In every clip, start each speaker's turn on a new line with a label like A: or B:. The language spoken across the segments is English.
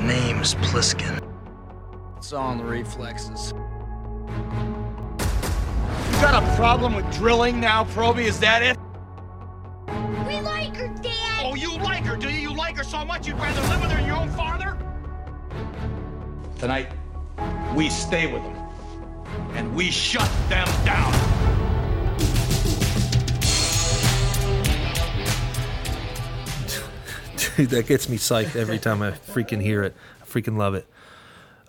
A: name's Pliskin. It's on the reflexes.
B: You got a problem with drilling now, Proby? Is that it?
C: We like her, Dad!
B: Oh, you like her, do you? You like her so much you'd rather live with her than your own father? Tonight, we stay with them. And we shut them down.
D: Dude, that gets me psyched every time I freaking hear it. I freaking love it.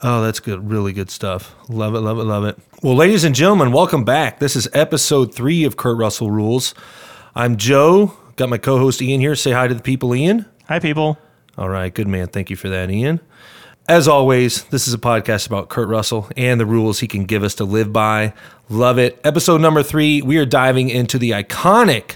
D: Oh, that's good. Really good stuff. Love it, love it, love it. Well, ladies and gentlemen, welcome back. This is episode three of Kurt Russell Rules. I'm Joe. Got my co host Ian here. Say hi to the people, Ian.
E: Hi, people.
D: All right, good man. Thank you for that, Ian. As always, this is a podcast about Kurt Russell and the rules he can give us to live by. Love it. Episode number three, we are diving into the iconic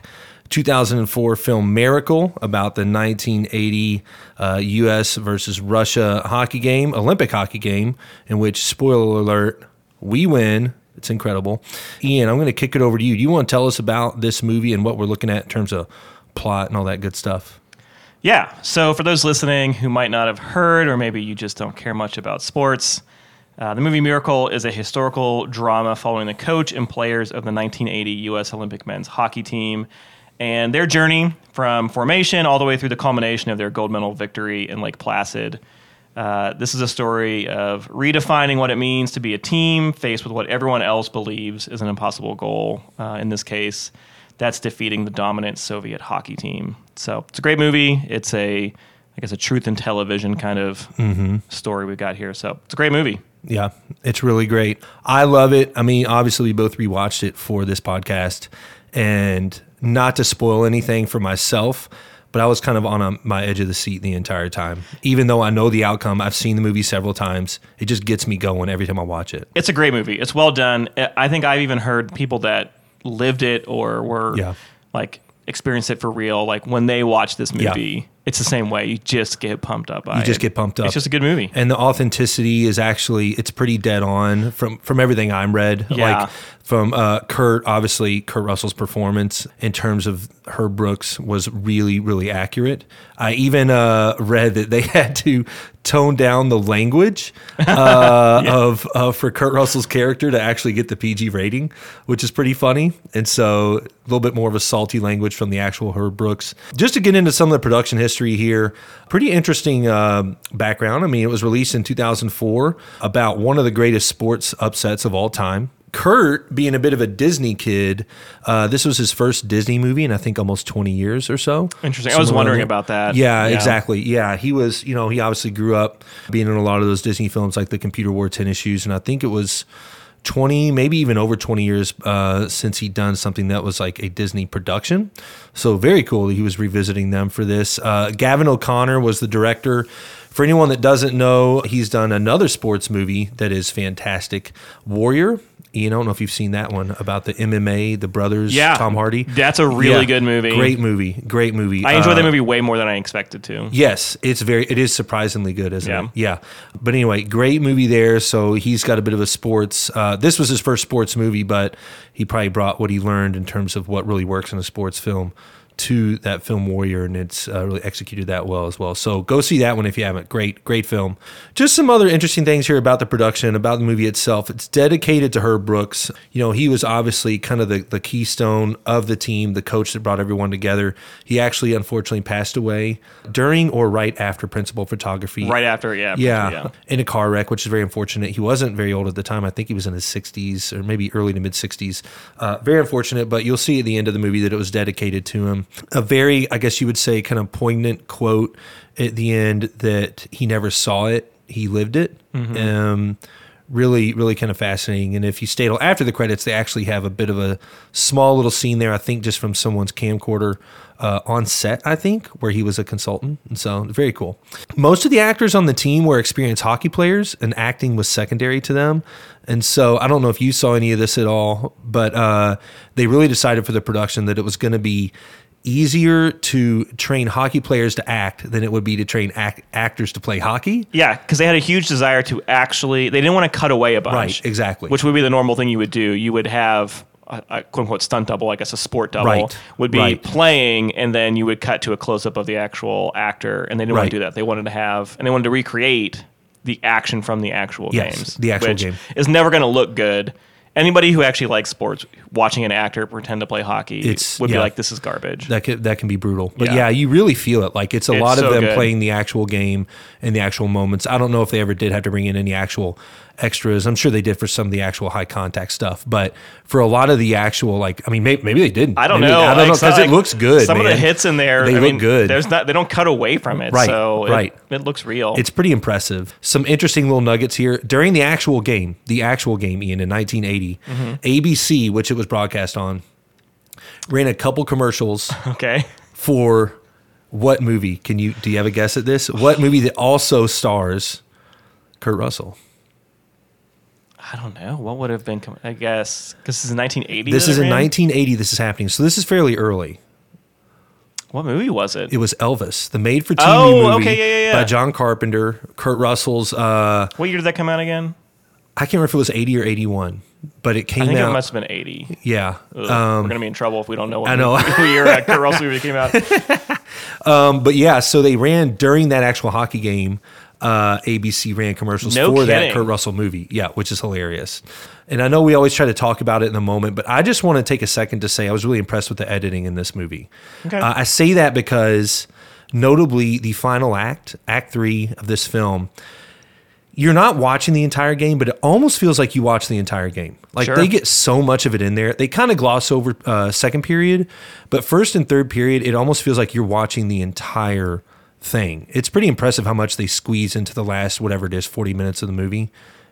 D: 2004 film Miracle about the 1980 uh, U.S. versus Russia hockey game, Olympic hockey game, in which, spoiler alert, we win. It's incredible. Ian, I'm going to kick it over to you. Do you want to tell us about this movie and what we're looking at in terms of plot and all that good stuff?
E: Yeah. So, for those listening who might not have heard, or maybe you just don't care much about sports, uh, the movie Miracle is a historical drama following the coach and players of the 1980 U.S. Olympic men's hockey team and their journey from formation all the way through the culmination of their gold medal victory in Lake Placid. Uh, this is a story of redefining what it means to be a team faced with what everyone else believes is an impossible goal. Uh, in this case, that's defeating the dominant Soviet hockey team. So it's a great movie. It's a, I guess, a truth in television kind of story we've got here. So it's a great movie.
D: Yeah, it's really great. I love it. I mean, obviously, we both rewatched it for this podcast, and not to spoil anything for myself, but I was kind of on a, my edge of the seat the entire time. Even though I know the outcome, I've seen the movie several times. It just gets me going every time I watch it.
E: It's a great movie. It's well done. I I think I've even heard people that lived it or were
D: Yeah.
E: like experienced it for real. Like when they watch this
D: Yeah.
E: movie, it's the same way. You just get pumped up. By
D: You just
E: it.
D: get pumped up.
E: It's just a good movie.
D: and the authenticity is actually it's pretty dead on from from everything I'm read.
E: Yeah.
D: Like from uh, Kurt, obviously Kurt Russell's performance in terms of her Brooks was really really accurate. I even uh, read that they had to tone down the language uh, of uh, for Kurt Russell's character to actually get the PG rating, which is pretty funny. And so a little bit more of a salty language from the actual Herb Brooks. Just to get into some of the production history here, pretty interesting uh, background. I mean, it was released in 2004 about one of the greatest sports upsets of all time. Kurt, being a bit of a Disney kid, uh, this was his first Disney movie in I think almost 20 years or so.
E: Interesting. I was
D: Somewhere
E: wondering
D: around there.
E: about that.
D: Yeah,
E: Yeah.
D: exactly. Yeah, he was, you know, he obviously grew up being in a lot of those Disney films like The Computer Wore Tennis Shoes. And I think it was 20, maybe even over 20 years uh, since he'd done something that was like a Disney production. So very cool that he was revisiting them for this. Uh, Gavin O'Connor was the director. For anyone that doesn't know, he's done another sports movie that is fantastic Warrior. Ian, I don't know if you've seen that one about the MMA, the brothers,
E: Yeah.
D: Tom Hardy.
E: That's a really good movie.
D: Great movie. Great movie.
E: I enjoyed
D: Uh,
E: that movie way more than I expected to.
D: Yes, it's very. It is surprisingly good, isn't
E: Yeah.
D: it? Yeah. But anyway, great movie there. So he's got a bit of a sports. Uh, this was his first sports movie, but he probably brought what he learned in terms of what really works in a sports film to that film Warrior, and it's uh, really executed that well as well. So go see that one if you haven't. Great, great film. Just some other interesting things here about the production, about the movie itself. It's dedicated to Herb Brooks. You know, he was obviously kind of the, the keystone of the team, the coach that brought everyone together. He actually unfortunately passed away during or right after principal photography.
E: Right after, yeah.
D: Yeah, in a car wreck, which is very unfortunate. He wasn't very old at the time. I think he was in his 60s or maybe early to mid 60s. Uh, very unfortunate, but you'll see at the end of the movie that it was dedicated to him. A very, I guess you would say, kind of poignant quote at the end that he never saw it, he lived it. Um, really, really kind of fascinating. And if you stay till after the credits, they actually have a bit of a small little scene there, I think, just from someone's camcorder uh, on set, I think, where he was a consultant. And so, very cool. Most of the actors on the team were experienced hockey players, and acting was secondary to them. And so, I don't know if you saw any of this at all, but uh, they really decided for the production that it was going to be easier to train hockey players to act than it would be to train act- actors to play hockey.
E: Yeah, because they had a huge desire to actually. They didn't want to cut away a bunch,
D: Right, exactly.
E: Which would be the normal thing you would do. You would have a, a quote unquote stunt double, I guess a sport double,
D: Right,
E: would be
D: right.
E: playing, and then you would cut to a close up of the actual actor, and they didn't want
D: Right.
E: to do that. They wanted to have, and they wanted to recreate the action from the actual
D: Yes,
E: games,
D: the actual
E: which
D: game.
E: is never going to look good. Anybody who actually likes sports, watching an actor pretend to play hockey,
D: It's-
E: would
D: yeah.
E: be like, "This is garbage."
D: That can, that can be brutal, but yeah.
E: Yeah.
D: you really feel it. Like it's a
E: It's
D: lot of
E: so
D: them
E: good.
D: playing the actual game and the actual moments. I don't know if they ever did have to bring in any actual extras. I'm sure they did for some of the actual high contact stuff, but for a lot of the actual, like I mean, maybe, maybe they didn't.
E: I don't
D: Maybe-
E: know.
D: I don't
E: like,
D: know because
E: like,
D: it looks good.
E: Some of
D: man.
E: the hits in there,
D: They
E: I
D: look
E: mean,
D: good.
E: There's not. They don't cut away from it.
D: Right,
E: So it-
D: right.
E: It, looks real.
D: It's pretty impressive. Some interesting little nuggets here. During the actual game, the actual game, Ian, in 1980,
E: Mm-hmm.
D: ABC, which it was broadcast on, ran a couple commercials
E: okay.
D: for what movie? Can you do you have a guess at this? What movie that also stars Kurt Russell?
E: I don't know what would have been. com- I guess because this is 1980.
D: This
E: that
D: is
E: it
D: in
E: ran?
D: 1980. This is happening. So this is fairly early.
E: What movie was it?
D: It was Elvis, the made-for-TV
E: Oh,
D: movie
E: okay, yeah, yeah, yeah.
D: by John Carpenter. Kurt Russell's. Uh,
E: what year did that come out again?
D: I can't remember if it was 80 or 81, but it
E: I
D: came
E: think it
D: out.
E: must have been 80.
D: yeah,
E: Ugh, We're gonna be in trouble if we don't know. What
D: um, I know.
E: movie- year uh, Kurt Russell movie came out.
D: But yeah, so they ran during that actual hockey game. Uh, ABC ran commercials
E: No
D: for that
E: kidding.
D: Kurt Russell movie. Yeah, which is hilarious. And I know we always try to talk about it in the moment, but I just want to take a second to say I was really impressed with the editing in this movie.
E: Okay.
D: Uh, I say that because, notably, the final act, Act Three of this film, you're not watching the entire game, but it almost feels like you watch the entire game. Like
E: Sure.
D: they get so much of it in there. They kind of gloss over uh, second period, but first and third period, it almost feels like you're watching the entire thing. It's pretty impressive how much they squeeze into the last whatever it is, 40 minutes of the movie.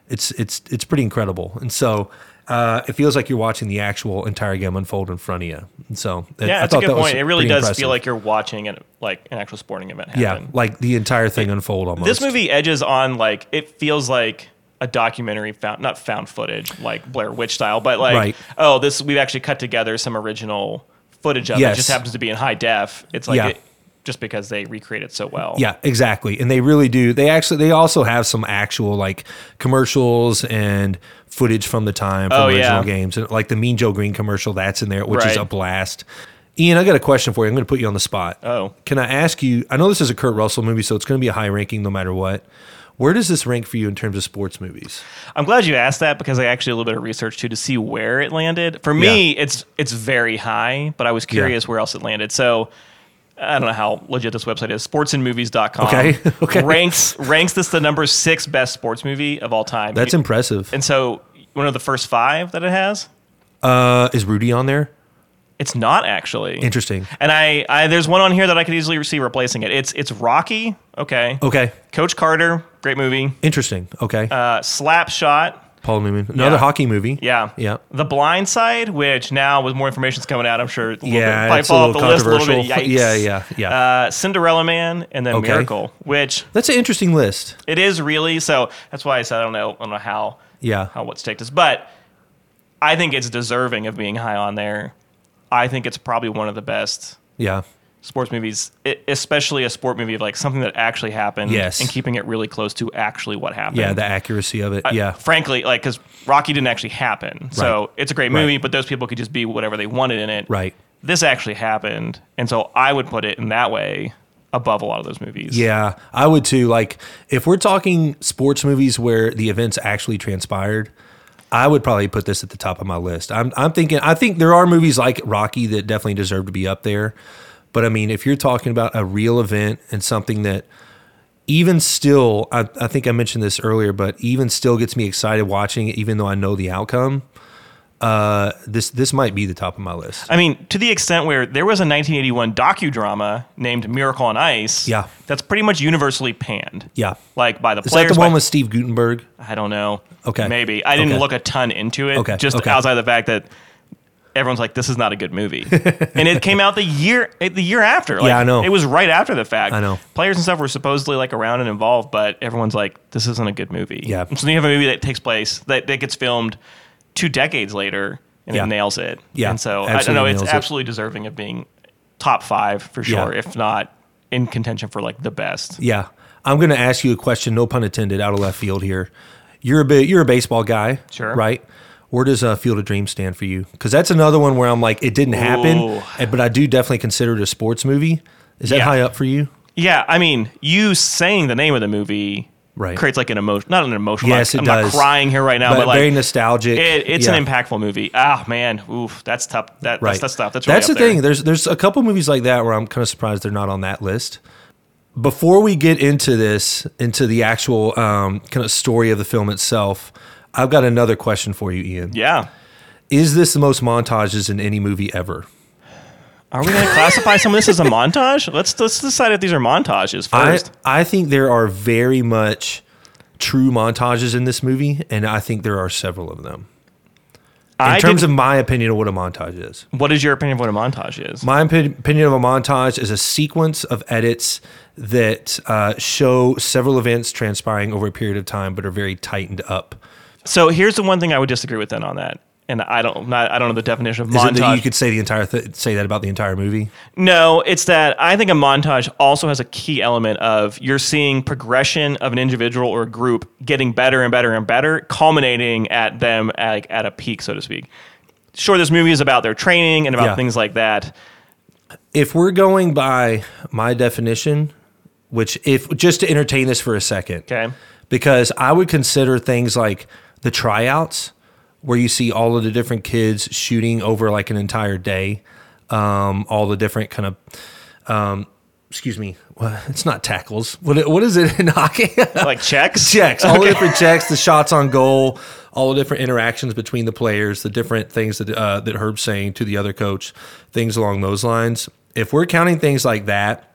D: It's it's it's pretty incredible. And so uh, it feels like you're watching the actual entire game unfold in front of you. And so that-
E: Yeah,
D: I
E: that's a
D: thought
E: good
D: that was
E: point. It really
D: pretty
E: does
D: impressive.
E: feel like you're watching an, like an actual sporting event happen.
D: yeah, like the entire thing unfold almost.
E: This movie edges on like it feels like a documentary found not found footage like Blair Witch style, but like
D: Right.
E: oh this we've actually cut together some original footage of it.
D: Yes.
E: it. Just happens to be in high def. It's like
D: Yeah.
E: it, just because they recreate it so well.
D: Yeah, exactly. And they really do. They actually they also have some actual like commercials and footage from the time from
E: Oh,
D: original
E: yeah.
D: games. And like the Mean Joe Green commercial that's in there, which is
E: Right.
D: a blast. Ian, I got a question for you. I'm going to put you on the spot.
E: Oh.
D: Can I ask you, I know this is a Kurt Russell movie, so it's going to be a high ranking no matter what. Where does this rank for you in terms of sports movies?
E: I'm glad you asked that because I actually did a little bit of research too to see where it landed. For me, it's it's very high, but I was curious where else it landed. So I don't know how legit this website is. Sportsandmovies.com
D: Okay, okay.
E: ranks ranks this the number six best sports movie of all time.
D: That's impressive.
E: And so one of the first five that it has,
D: Uh, is Rudy on there?
E: it's not actually
D: Interesting.
E: And I, I there's one on here that I could easily see replacing it. It's it's Rocky. Okay.
D: Okay.
E: Coach Carter, great movie.
D: Interesting. Okay.
E: Uh, Slap Shot.
D: Paul Newman. Another
E: yeah.
D: hockey movie.
E: Yeah.
D: Yeah.
E: The Blind Side, which now with more information's coming out, I'm sure it's a little
D: Yeah,
E: bit, probably
D: it's a
E: fall off
D: little
E: the list a little bit.
D: controversial.
E: Yikes.
D: Yeah, yeah, yeah.
E: Uh, Cinderella Man and then
D: Okay.
E: Miracle, which
D: That's an interesting list.
E: it is really so. That's why I said I don't know, I don't know how,
D: Yeah.
E: how what's take this, but I think it's deserving of being high on there. I think it's probably one of the best
D: Yeah.
E: sports movies, e- especially a sport movie of like something that actually happened,
D: Yes.
E: and keeping it really close to actually what happened.
D: Yeah, the accuracy of it. yeah.
E: frankly, like because Rocky didn't actually happen, so
D: Right.
E: it's a great
D: Right.
E: movie, but those people could just be whatever they wanted in it.
D: Right.
E: This actually happened, and so I would put it in that way above a lot of those movies.
D: Yeah, I would too. Like, if we're talking sports movies where the events actually transpired, I would probably put this at the top of my list. I'm, I'm thinking, I think there are movies like Rocky that definitely deserve to be up there. But I mean, if you're talking about a real event and something that even still, I, I think I mentioned this earlier, but even still gets me excited watching it, even though I know the outcome. Uh, this this might be the top of my list.
E: I mean, to the extent where there was a 1981 docudrama named Miracle on Ice.
D: Yeah.
E: That's pretty much universally panned.
D: Yeah.
E: Like by the
D: Is
E: players.
D: that the
E: by-
D: one with Steve Gutenberg?
E: I don't know.
D: Okay.
E: Maybe. I didn't
D: Okay.
E: look a ton into it.
D: Okay.
E: Just
D: Okay.
E: outside the fact that everyone's like, this is not a good movie. and it came out the year the year after. Like,
D: Yeah, I know.
E: It was right after the fact.
D: I know.
E: Players and stuff were supposedly like around and involved, but everyone's like, this isn't a good movie.
D: Yeah.
E: And so you have a movie that takes place that, that gets filmed two decades later and
D: Yeah.
E: it nails it.
D: Yeah.
E: And so I don't
D: Absolutely
E: know, it's
D: nails it.
E: absolutely deserving of being top five for
D: Yeah.
E: sure, if not in contention for like the best.
D: Yeah, I'm going to ask you a question. No pun intended. Out of left field here. You're a bit, you're a baseball guy,
E: Sure.
D: Right? Where does uh, Field of Dreams stand for you? Because that's another one where I'm like, it didn't happen,
E: Ooh.
D: eh, but I do definitely consider it a sports movie. Is that
E: Yeah.
D: high up for you?
E: Yeah, I mean, you saying the name of the movie
D: Right.
E: creates like an emotion, not an emotional.
D: Yes, it
E: I'm
D: does.
E: not crying here right now,
D: But
E: but, like
D: very nostalgic.
E: It, it's
D: Yeah.
E: an impactful movie. Ah, man, oof, that's tough. That,
D: Right.
E: That's that's tough. That's really
D: the
E: up there.
D: thing. There's there's a couple movies like that where I'm kind of surprised they're not on that list. Before we get into this, into the actual um, kind of story of the film itself, I've got another question for you, Ian.
E: Yeah.
D: Is this the most montages in any movie ever?
E: Are we going to classify some of this as a montage? Let's let's decide if these are montages
D: I,
E: first.
D: I think there are very much true montages in this movie, and I think there are several of them. In
E: I
D: terms
E: did-
D: of my opinion of what a montage is,
E: what is your opinion of what a montage is?
D: my opi- opinion of a montage is a sequence of edits that uh, show several events transpiring over a period of time, but are very tightened up.
E: so here's the one thing I would disagree with then on that, and I don't not, I don't know the definition of
D: Is
E: montage.
D: it that you could say the entire th- say that about the entire movie?
E: No, it's that I think a montage also has a key element of you're seeing progression of an individual or a group getting better and better and better, culminating at them at, like, at a peak, so to speak. Sure, this movie is about their training and about
D: Yeah.
E: things like that.
D: if we're going by my definition, which if just to entertain this for a second,
E: Okay.
D: because I would consider things like the tryouts, where you see all of the different kids shooting over like an entire day, um, all the different kind of, um, excuse me, well, it's not tackles. What what is it in hockey?
E: Like checks?
D: checks, all the different checks, the shots on goal, all the different interactions between the players, the different things that uh, that Herb's saying to the other coach, things along those lines. If we're counting things like that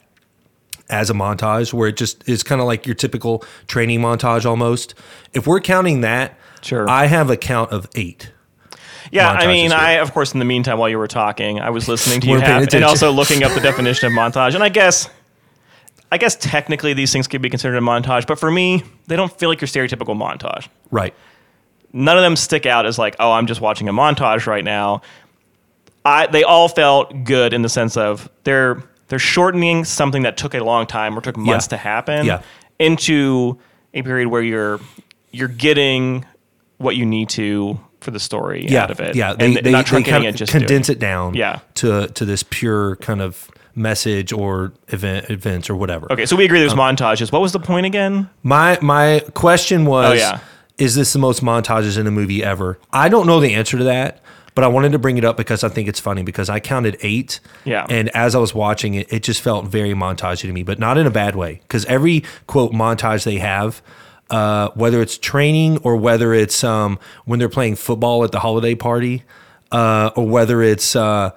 D: as a montage, where it just is kind of like your typical training montage almost, if we're counting that,
E: Sure.
D: I have a count of eight.
E: Yeah,
D: montage
E: I mean,
D: is
E: I of course in the meantime while you were talking, I was listening to you
D: Weren't paying
E: half, and
D: attention.
E: also looking up the definition of montage. And I guess, I guess technically these things could be considered a montage, but for me, they don't feel like your stereotypical montage.
D: Right.
E: none of them stick out as like, oh, I'm just watching a montage right now. I they all felt good in the sense of they're they're shortening something that took a long time or took months to happen
D: Yeah.
E: into a period where you're you're getting what you need to for the story
D: Yeah.
E: out of it.
D: Yeah.
E: and not truncating
D: kinda
E: it just
D: condense
E: condense
D: it down
E: Yeah.
D: to, to this pure kind of message or event events or whatever.
E: Okay, so we agree there's montages. What was the point again?
D: My my question was,
E: Oh, yeah.
D: is this the most montages in a movie ever? I don't know the answer to that, but I wanted to bring it up because I think it's funny because I counted eight.
E: Yeah.
D: And as I was watching it, it just felt very montagey to me, but not in a bad way. Because every quote montage they have, uh, whether it's training or whether it's um, when they're playing football at the holiday party, uh, or whether it's uh,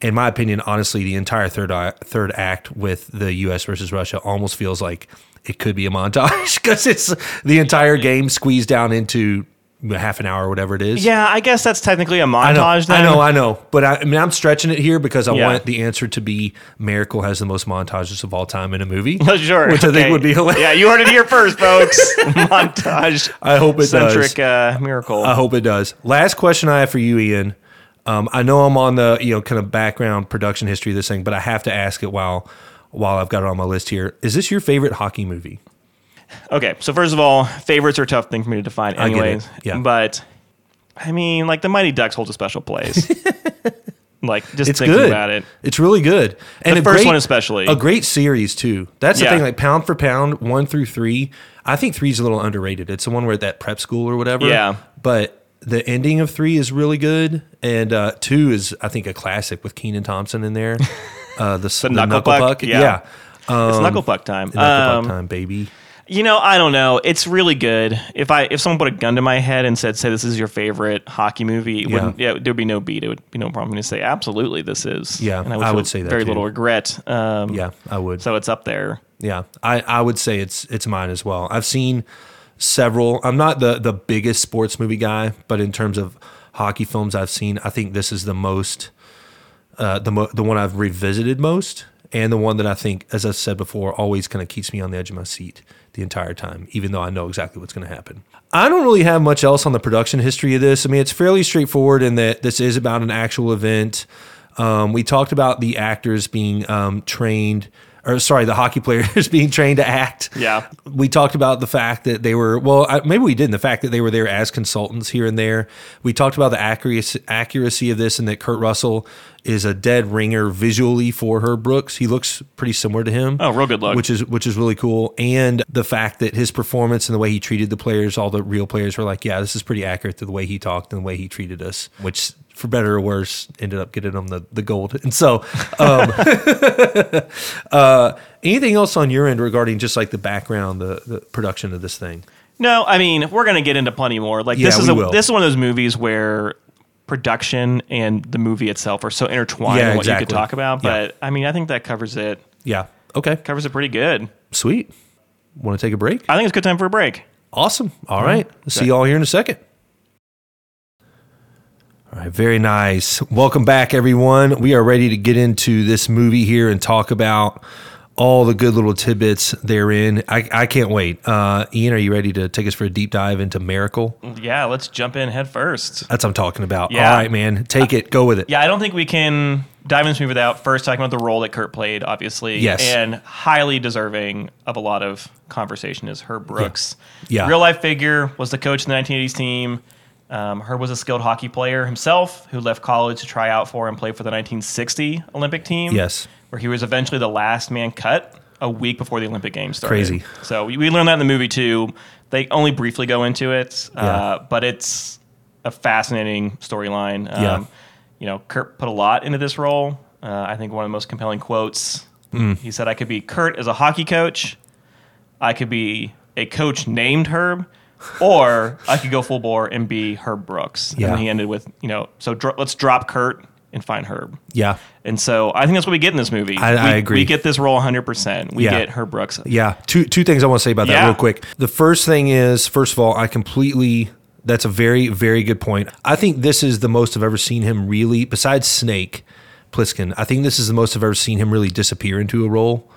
D: in my opinion, honestly, the entire third a- third act with the U.S. versus Russia almost feels like it could be a montage because it's the entire game squeezed down into half an hour or whatever it is.
E: Yeah, I guess that's technically a
D: I know,
E: montage.
D: I
E: then.
D: know, I know. But I, I mean, I'm stretching it here because I
E: Yeah.
D: want the answer to be Miracle has the most montages of all time in a movie.
E: sure.
D: Which I think
E: okay.
D: would be hilarious.
E: Yeah, you heard it here first, folks. montage.
D: I hope it does.
E: centric uh, miracle.
D: I hope it does. Last question I have for you, Ian. Um, I know I'm on the you know kind of background production history of this thing, but I have to ask it while while I've got it on my list here. Is this your favorite hockey movie?
E: okay, so first of all, favorites are a tough thing for me to define,
D: I get it,
E: anyways.
D: yeah.
E: But I mean, like the Mighty Ducks holds a special place. like just
D: It's
E: thinking
D: good.
E: about it.
D: It's really good. And
E: The
D: a
E: first
D: great-
E: one especially.
D: a great series too. That's the
E: Yeah.
D: thing. Like pound for pound, one through three. I think three's a little underrated. It's the one where at that prep school or whatever.
E: Yeah.
D: But the ending of three is really good, and uh, two is I think a classic with Keenan Thompson in there. Uh, the, the
E: knuckle puck, yeah. it's knuckle puck time.
D: Knuckle
E: Um,
D: puck um, time, baby.
E: You know, I don't know. It's really good. If I if someone put a gun to my head and said, "Say this is your favorite hockey movie," it
D: Yeah.
E: wouldn't yeah, there'd be no beat. It would be no problem to say, "Absolutely, this is."
D: Yeah,
E: and
D: I
E: feel
D: would say that
E: very
D: too.
E: little regret. Um,
D: Yeah, I would.
E: so it's up there.
D: Yeah, I, I would say it's it's mine as well. I've seen several. I'm not the the biggest sports movie guy, but in terms of hockey films I've seen, I think this is the most uh, the mo- the one I've revisited most, and the one that I think, as I said before, always kind of keeps me on the edge of my seat the entire time, even though I know exactly what's going to happen. I don't really have much else on the production history of this. I mean, it's fairly straightforward in that this is about an actual event. Um, we talked about the actors being um, trained or sorry, the hockey players being trained to act.
E: Yeah.
D: We talked about the fact that they were, well, I, maybe we didn't, the fact that they were there as consultants here and there. We talked about the accuracy, accuracy of this and that Kurt Russell is a dead ringer visually for her Brooks. He looks pretty similar to him.
E: Oh, real good look.
D: Which is which is really cool. And the fact that his performance and the way he treated the players, all the real players were like, yeah, this is pretty accurate to the way he talked and the way he treated us, which for better or worse ended up getting him the, the gold. And so um, uh, anything else on your end regarding just like the background, the, the production of this thing?
E: No, I mean we're gonna get into plenty more. Like this
D: Yeah,
E: is
D: we
E: a,
D: will.
E: this is one of those movies where production and the movie itself are so intertwined
D: Yeah,
E: in what you could
D: exactly.
E: talk about.
D: Yeah.
E: But I mean, I think that covers it.
D: Yeah. Okay.
E: Covers it pretty good.
D: Sweet. Want to take a break?
E: I think it's a good time for a break.
D: Awesome. All right. See you all here in a second. All right. Very nice. Welcome back, everyone. We are ready to get into this movie here and talk about all the good little tidbits therein. I, I can't wait. Uh, Ian, are you ready to take us for a deep dive into Miracle?
E: Yeah, let's jump in head first.
D: That's what I'm talking about.
E: Mm-hmm. Yeah.
D: All right, man. Take it. Go with it.
E: Yeah, I don't think we can dive into this movie without first talking about the role that Kurt played, obviously.
D: Yes.
E: And highly deserving of a lot of conversation is Herb Brooks.
D: Yeah.
E: Real life figure, was the coach in the 1980s team. Um, Herb was a skilled hockey player himself who left college to try out for and play for the 1960 Olympic team.
D: Yes.
E: Where he was eventually the last man cut a week before the Olympic Games started.
D: Crazy.
E: So we, we learned that in the movie too. They only briefly go into it, uh, but it's a fascinating storyline. Um,
D: Yeah.
E: You know, Kurt put a lot into this role. Uh, I think one of the most compelling quotes
D: Hmm.
E: he said, I could be Kurt as a hockey coach, I could be a coach named Herb, or I could go full bore and be Herb Brooks. And
D: Yeah.
E: then he ended with, you know, so dro- let's drop Kurt and find Herb.
D: Yeah.
E: And so I think that's what we get in this movie.
D: I-
E: we,
D: I agree.
E: We get this role 100%. We
D: Yeah.
E: get Herb Brooks.
D: Yeah. Two two things I want to say about that
E: Yeah.
D: real quick. The first thing is, first of all, I completely that's a very, very good point. I think this is the most I've ever seen him really, besides Snake Plissken, I think this is the most I've ever seen him really disappear into a role.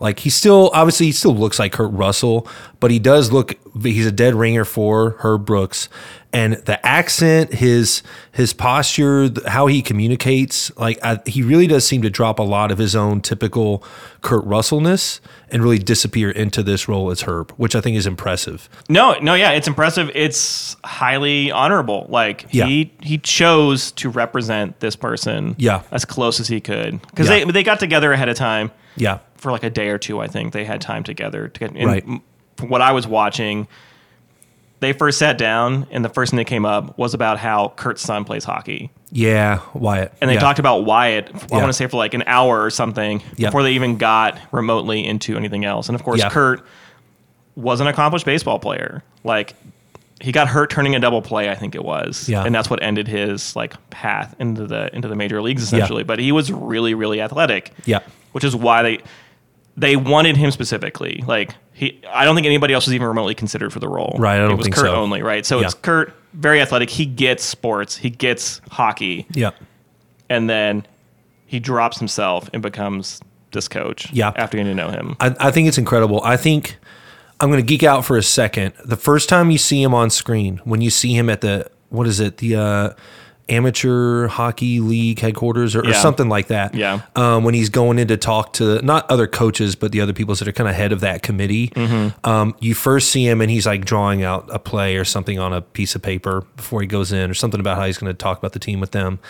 D: Like he still obviously he still looks like Kurt Russell, but he does look he's a dead ringer for Herb Brooks. And the accent, his his posture, th- how he communicates, like I, he really does seem to drop a lot of his own typical Kurt Russellness and really disappear into this role as Herb, which I think is impressive.
E: No, no, yeah, it's impressive. It's highly honorable. Like
D: Yeah.
E: he he chose to represent this person
D: Yeah.
E: as close as he could. Because
D: Yeah.
E: they they got together ahead of time.
D: Yeah,
E: for like a day or two. I think they had time together. To get, and
D: Right.
E: m- From what I was watching, they first sat down, and the first thing that came up was about how Kurt's son plays hockey,
D: yeah, Wyatt,
E: and they
D: yeah.
E: talked about Wyatt. f-
D: Yeah.
E: I want to say for like an hour or something
D: Yeah.
E: before they even got remotely into anything else. And of course,
D: Yeah.
E: Kurt was an accomplished baseball player. Like he got hurt turning a double play, I think it was,
D: Yeah.
E: and that's what ended his like path into the into the major leagues essentially. But he was really really athletic
D: Yeah.
E: which is why they they wanted him specifically. Like he, I don't think anybody else was even remotely considered for the role.
D: Right, I
E: it
D: don't
E: was
D: think
E: Kurt
D: so.
E: only, right? So it's
D: Yeah.
E: Kurt, very athletic. He gets sports. He gets hockey,
D: yeah,
E: and then he drops himself and becomes this coach.
D: Yeah.
E: after getting to know him.
D: I, I think it's incredible. I think I'm going to geek out for a second. The first time you see him on screen, when you see him at the what is it, the uh, amateur hockey league headquarters or, or
E: Yeah.
D: something like that.
E: Yeah.
D: Um, when he's going in to talk to not other coaches, but the other people that are kind of head of that committee. Um, you first see him and he's like drawing out a play or something on a piece of paper before he goes in, or something about how he's going to talk about the team with them.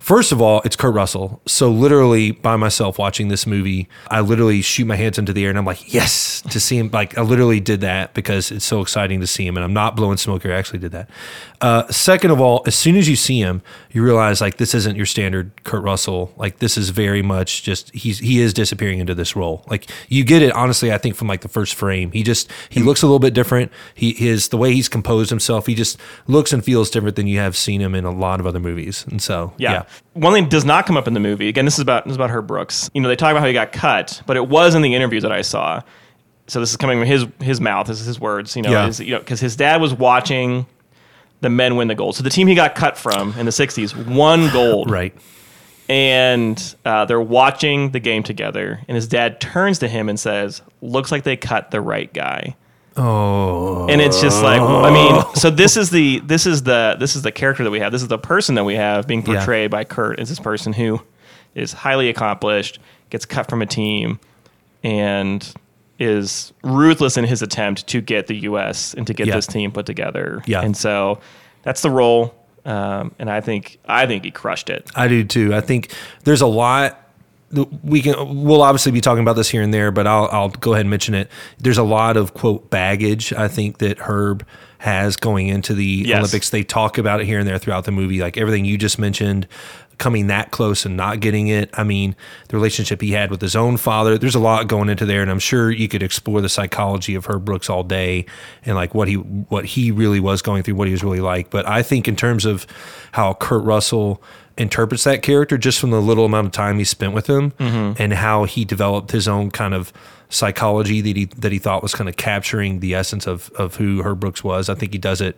D: First of all, it's Kurt Russell. So literally by myself watching this movie, I literally shoot my hands into the air and I'm like, yes, to see him. Like I literally did that because it's so exciting to see him, and I'm not blowing smoke here. I actually did that. Uh, second of all, as soon as you see him, you realize like this isn't your standard Kurt Russell. Like this is very much just he's he is disappearing into this role. Like you get it honestly, I think from like the first frame. He just he looks a little bit different. He his the way he's composed himself, he just looks and feels different than you have seen him in a lot of other movies. And so
E: Yeah. One thing that does not come up in the movie. Again, this is about this is about Herb Brooks. You know, they talk about how he got cut, but it was in the interview that I saw. So this is coming from his his mouth. This is his words. You know,
D: Yeah.
E: his, you know, because his dad was watching the men win the gold. So the team he got cut from in the '60s won gold,
D: Right.
E: and uh, they're watching the game together. And his dad turns to him and says, "Looks like they cut the right guy." Oh. And it's just like I mean,
D: Oh.
E: so this is the this is the this is the character that we have. This is the person that we have being
D: Yeah.
E: portrayed by Kurt as this person who is highly accomplished, gets cut from a team, and is ruthless in his attempt to get the U.S. and to get
D: Yeah.
E: this team put together.
D: Yeah.
E: and so that's the role. Um, and I think I think he crushed it.
D: I do too. I think there's a lot that we can. We'll obviously be talking about this here and there, but I'll I'll go ahead and mention it. There's a lot of quote baggage I think that Herb has going into the
E: Yes.
D: Olympics. They talk about it here and there throughout the movie, like everything you just mentioned. Coming that close and not getting it. I mean, the relationship he had with his own father. There's a lot going into there, and I'm sure you could explore the psychology of Herb Brooks all day, and like what he what he really was going through, what he was really like. But I think in terms of how Kurt Russell interprets that character just from the little amount of time he spent with him and how he developed his own kind of psychology that he that he thought was kind of capturing the essence of of who Herb Brooks was. I think he does it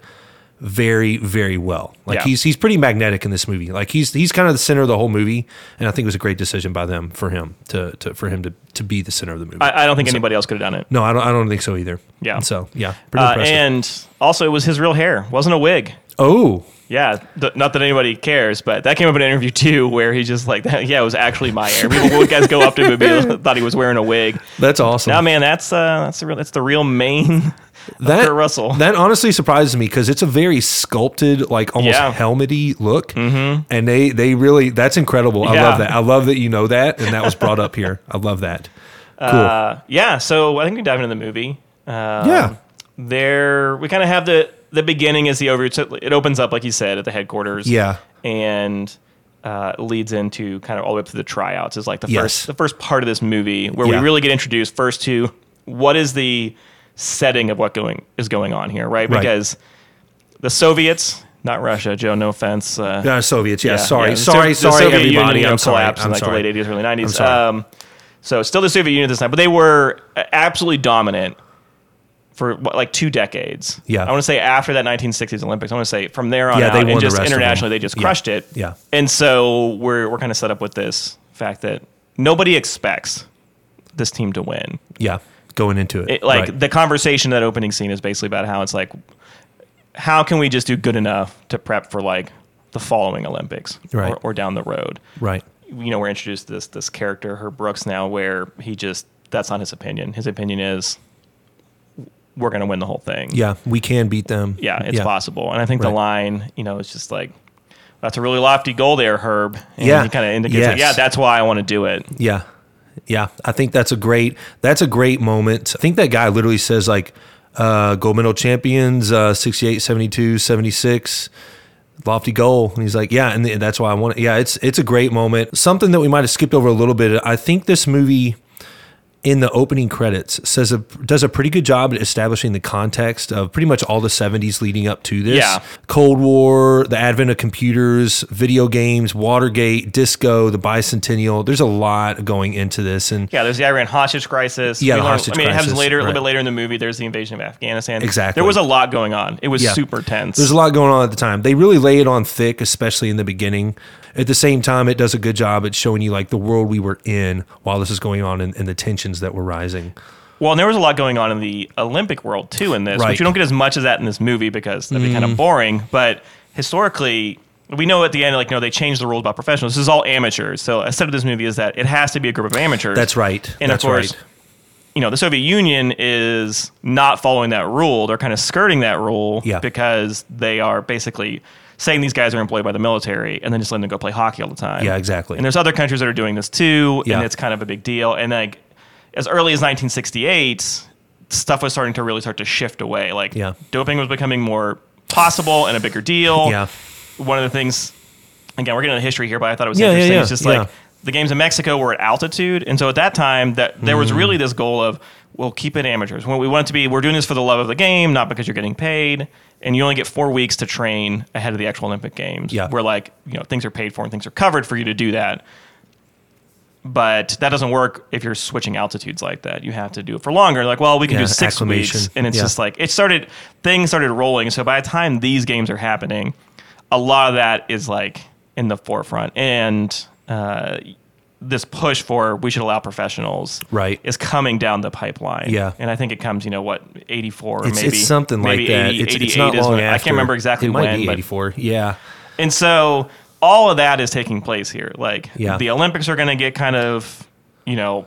D: very very well. Like
E: Yeah.
D: he's he's pretty magnetic in this movie. Like he's he's kind of the center of the whole movie and I think it was a great decision by them for him to to for him to to be the center of the movie.
E: I, I don't think anybody else could have done it.
D: no, I don't I don't think so either.
E: Yeah.
D: So, yeah. Pretty
E: Uh,
D: impressive.
E: and also, it was his real hair, wasn't a wig.
D: oh,
E: Yeah, th- not that anybody cares, but that came up in an interview too, where he's just like, "Yeah, it was actually my hair." People would guys go up to him and be, thought he was wearing a wig.
D: that's awesome.
E: Now, man, that's uh, that's the real, that's the real main.
D: that
E: Kurt Russell.
D: That honestly surprises me because it's a very sculpted, like almost
E: Yeah.
D: helmety look, mm-hmm. and they they really that's incredible. I
E: Yeah.
D: love that. I love that you know that, and that was brought up here. I love that. Cool.
E: Uh, yeah, so I think we dive into the movie. Um,
D: Yeah.
E: there we kind of have the the beginning is the over. It opens up like you said at the headquarters.
D: Yeah.
E: and. Uh, leads into kind of all the way up to the tryouts is like the
D: Yes.
E: first the first part of this movie where
D: Yeah.
E: we really get introduced first to what is the setting of what going is going on here right
D: Right.
E: because the Soviets not Russia Joe no offense uh,
D: Uh, Soviets. Yeah.
E: yeah,
D: sorry.
E: yeah. The
D: Sorry.
E: Soviet- the
D: sorry.
E: Soviet Union,
D: everybody.
E: you know,
D: I'm sorry.
E: collapsed
D: I'm
E: in like
D: sorry.
E: the late 80s, early 90s.
D: I'm sorry.
E: Um, so still the Soviet Union at this time, but they were absolutely dominant for what, like two decades.
D: Yeah.
E: I want to say after that 1960s Olympics. I want to say from there on
D: Yeah,
E: out,
D: they won
E: and
D: the
E: just
D: rest of them.
E: internationally, they just
D: Yeah.
E: crushed it.
D: Yeah.
E: And so we're we're kind of set up with this fact that nobody expects this team to win
D: Yeah. Going into it.
E: it, like
D: Right.
E: the conversation in that opening scene is basically about how it's like how can we just do good enough to prep for like the following olympics
D: Right.
E: or, or down the road
D: right.
E: you know we're introduced to this this character herb brooks now where he just that's not his opinion his opinion is we're going to win the whole thing
D: Yeah. We can beat them.
E: yeah it's possible and i think
D: Right.
E: the line you know is just like that's a really lofty goal there herb and
D: Yeah.
E: he kind of indicates like,
D: Yes.
E: yeah that's why i want to do it
D: Yeah. Yeah. I think that's a great that's a great moment. I think that guy literally says like uh gold medal champions uh 68 72 76 lofty goal and he's like yeah and th- that's why I want it. Yeah, it's it's a great moment. Something that we might have skipped over a little bit. I think this movie in the opening credits says a, does a pretty good job at establishing the context of pretty much all the 70s leading up to this
E: Yeah.
D: cold war the advent of computers video games watergate disco the bicentennial there's a lot going into this and
E: Yeah, there's the Iran hostage crisis.
D: Yeah,
E: We
D: the
E: learn-
D: hostage
E: I mean, it happens
D: crisis,
E: later, a
D: right.
E: little bit later in the movie. There's the invasion of Afghanistan.
D: Exactly.
E: There was a lot going on. It was
D: Yeah.
E: super tense.
D: there's a lot going on at the time they really lay it on thick especially in the beginning at the same time it does a good job at showing you like the world we were in while this is going on and, and the tensions that were rising
E: well, and there was a lot going on in the Olympic world too in this,
D: Right. Mm.
E: which you don't get as much of that in this movie because that'd be kind of boring. But historically, we know at the end, like, you know, they changed the rules about professionals. This is all amateurs. So a set of this movie is that it has to be a group of amateurs.
D: that's right
E: And
D: that's
E: of course,
D: right.
E: you know, the Soviet Union is not following that rule. They're kind of skirting that rule
D: Yeah.
E: because they are basically saying these guys are employed by the military and then just letting them go play hockey all the time.
D: Yeah, exactly.
E: And there's other countries that are doing this too,
D: Yeah.
E: and it's kind of a big deal. And like as early as 1968, stuff was starting to really start to shift away. Like
D: Yeah.
E: doping was becoming more possible and a bigger deal.
D: yeah
E: One of the things again, we're getting into history here, but I thought it was
D: Yeah, yeah,
E: interesting.
D: yeah,
E: it's just
D: yeah.
E: like the games in Mexico were at altitude, and so at that time, that there
D: Mm-hmm.
E: was really this goal of we'll keep it amateurs. When we want it to be, we're doing this for the love of the game, not because you're getting paid. And you only get four weeks to train ahead of the actual Olympic Games.
D: Yeah.
E: where like you know things are paid for and things are covered for you to do that. But that doesn't work if you're switching altitudes like that. You have to do it for longer. Like, well, we can
D: Yeah,
E: do six
D: acclimation.
E: weeks, and it's
D: Yeah.
E: just like it started. Things started rolling. So by the time these games are happening, a lot of that is like in the forefront and uh, this push for we should allow professionals
D: Right.
E: is coming down the pipeline
D: Yeah.
E: and i think it comes you know what 84 or
D: it's,
E: maybe
D: it's something
E: maybe
D: like that
E: 80,
D: it's,
E: 88
D: it's not
E: is
D: long
E: when,
D: after
E: i can't remember exactly
D: it might
E: when
D: be
E: but
D: 84 yeah
E: and so all of that is taking place here. Like
D: Yeah.
E: the Olympics are going to get kind of, you know,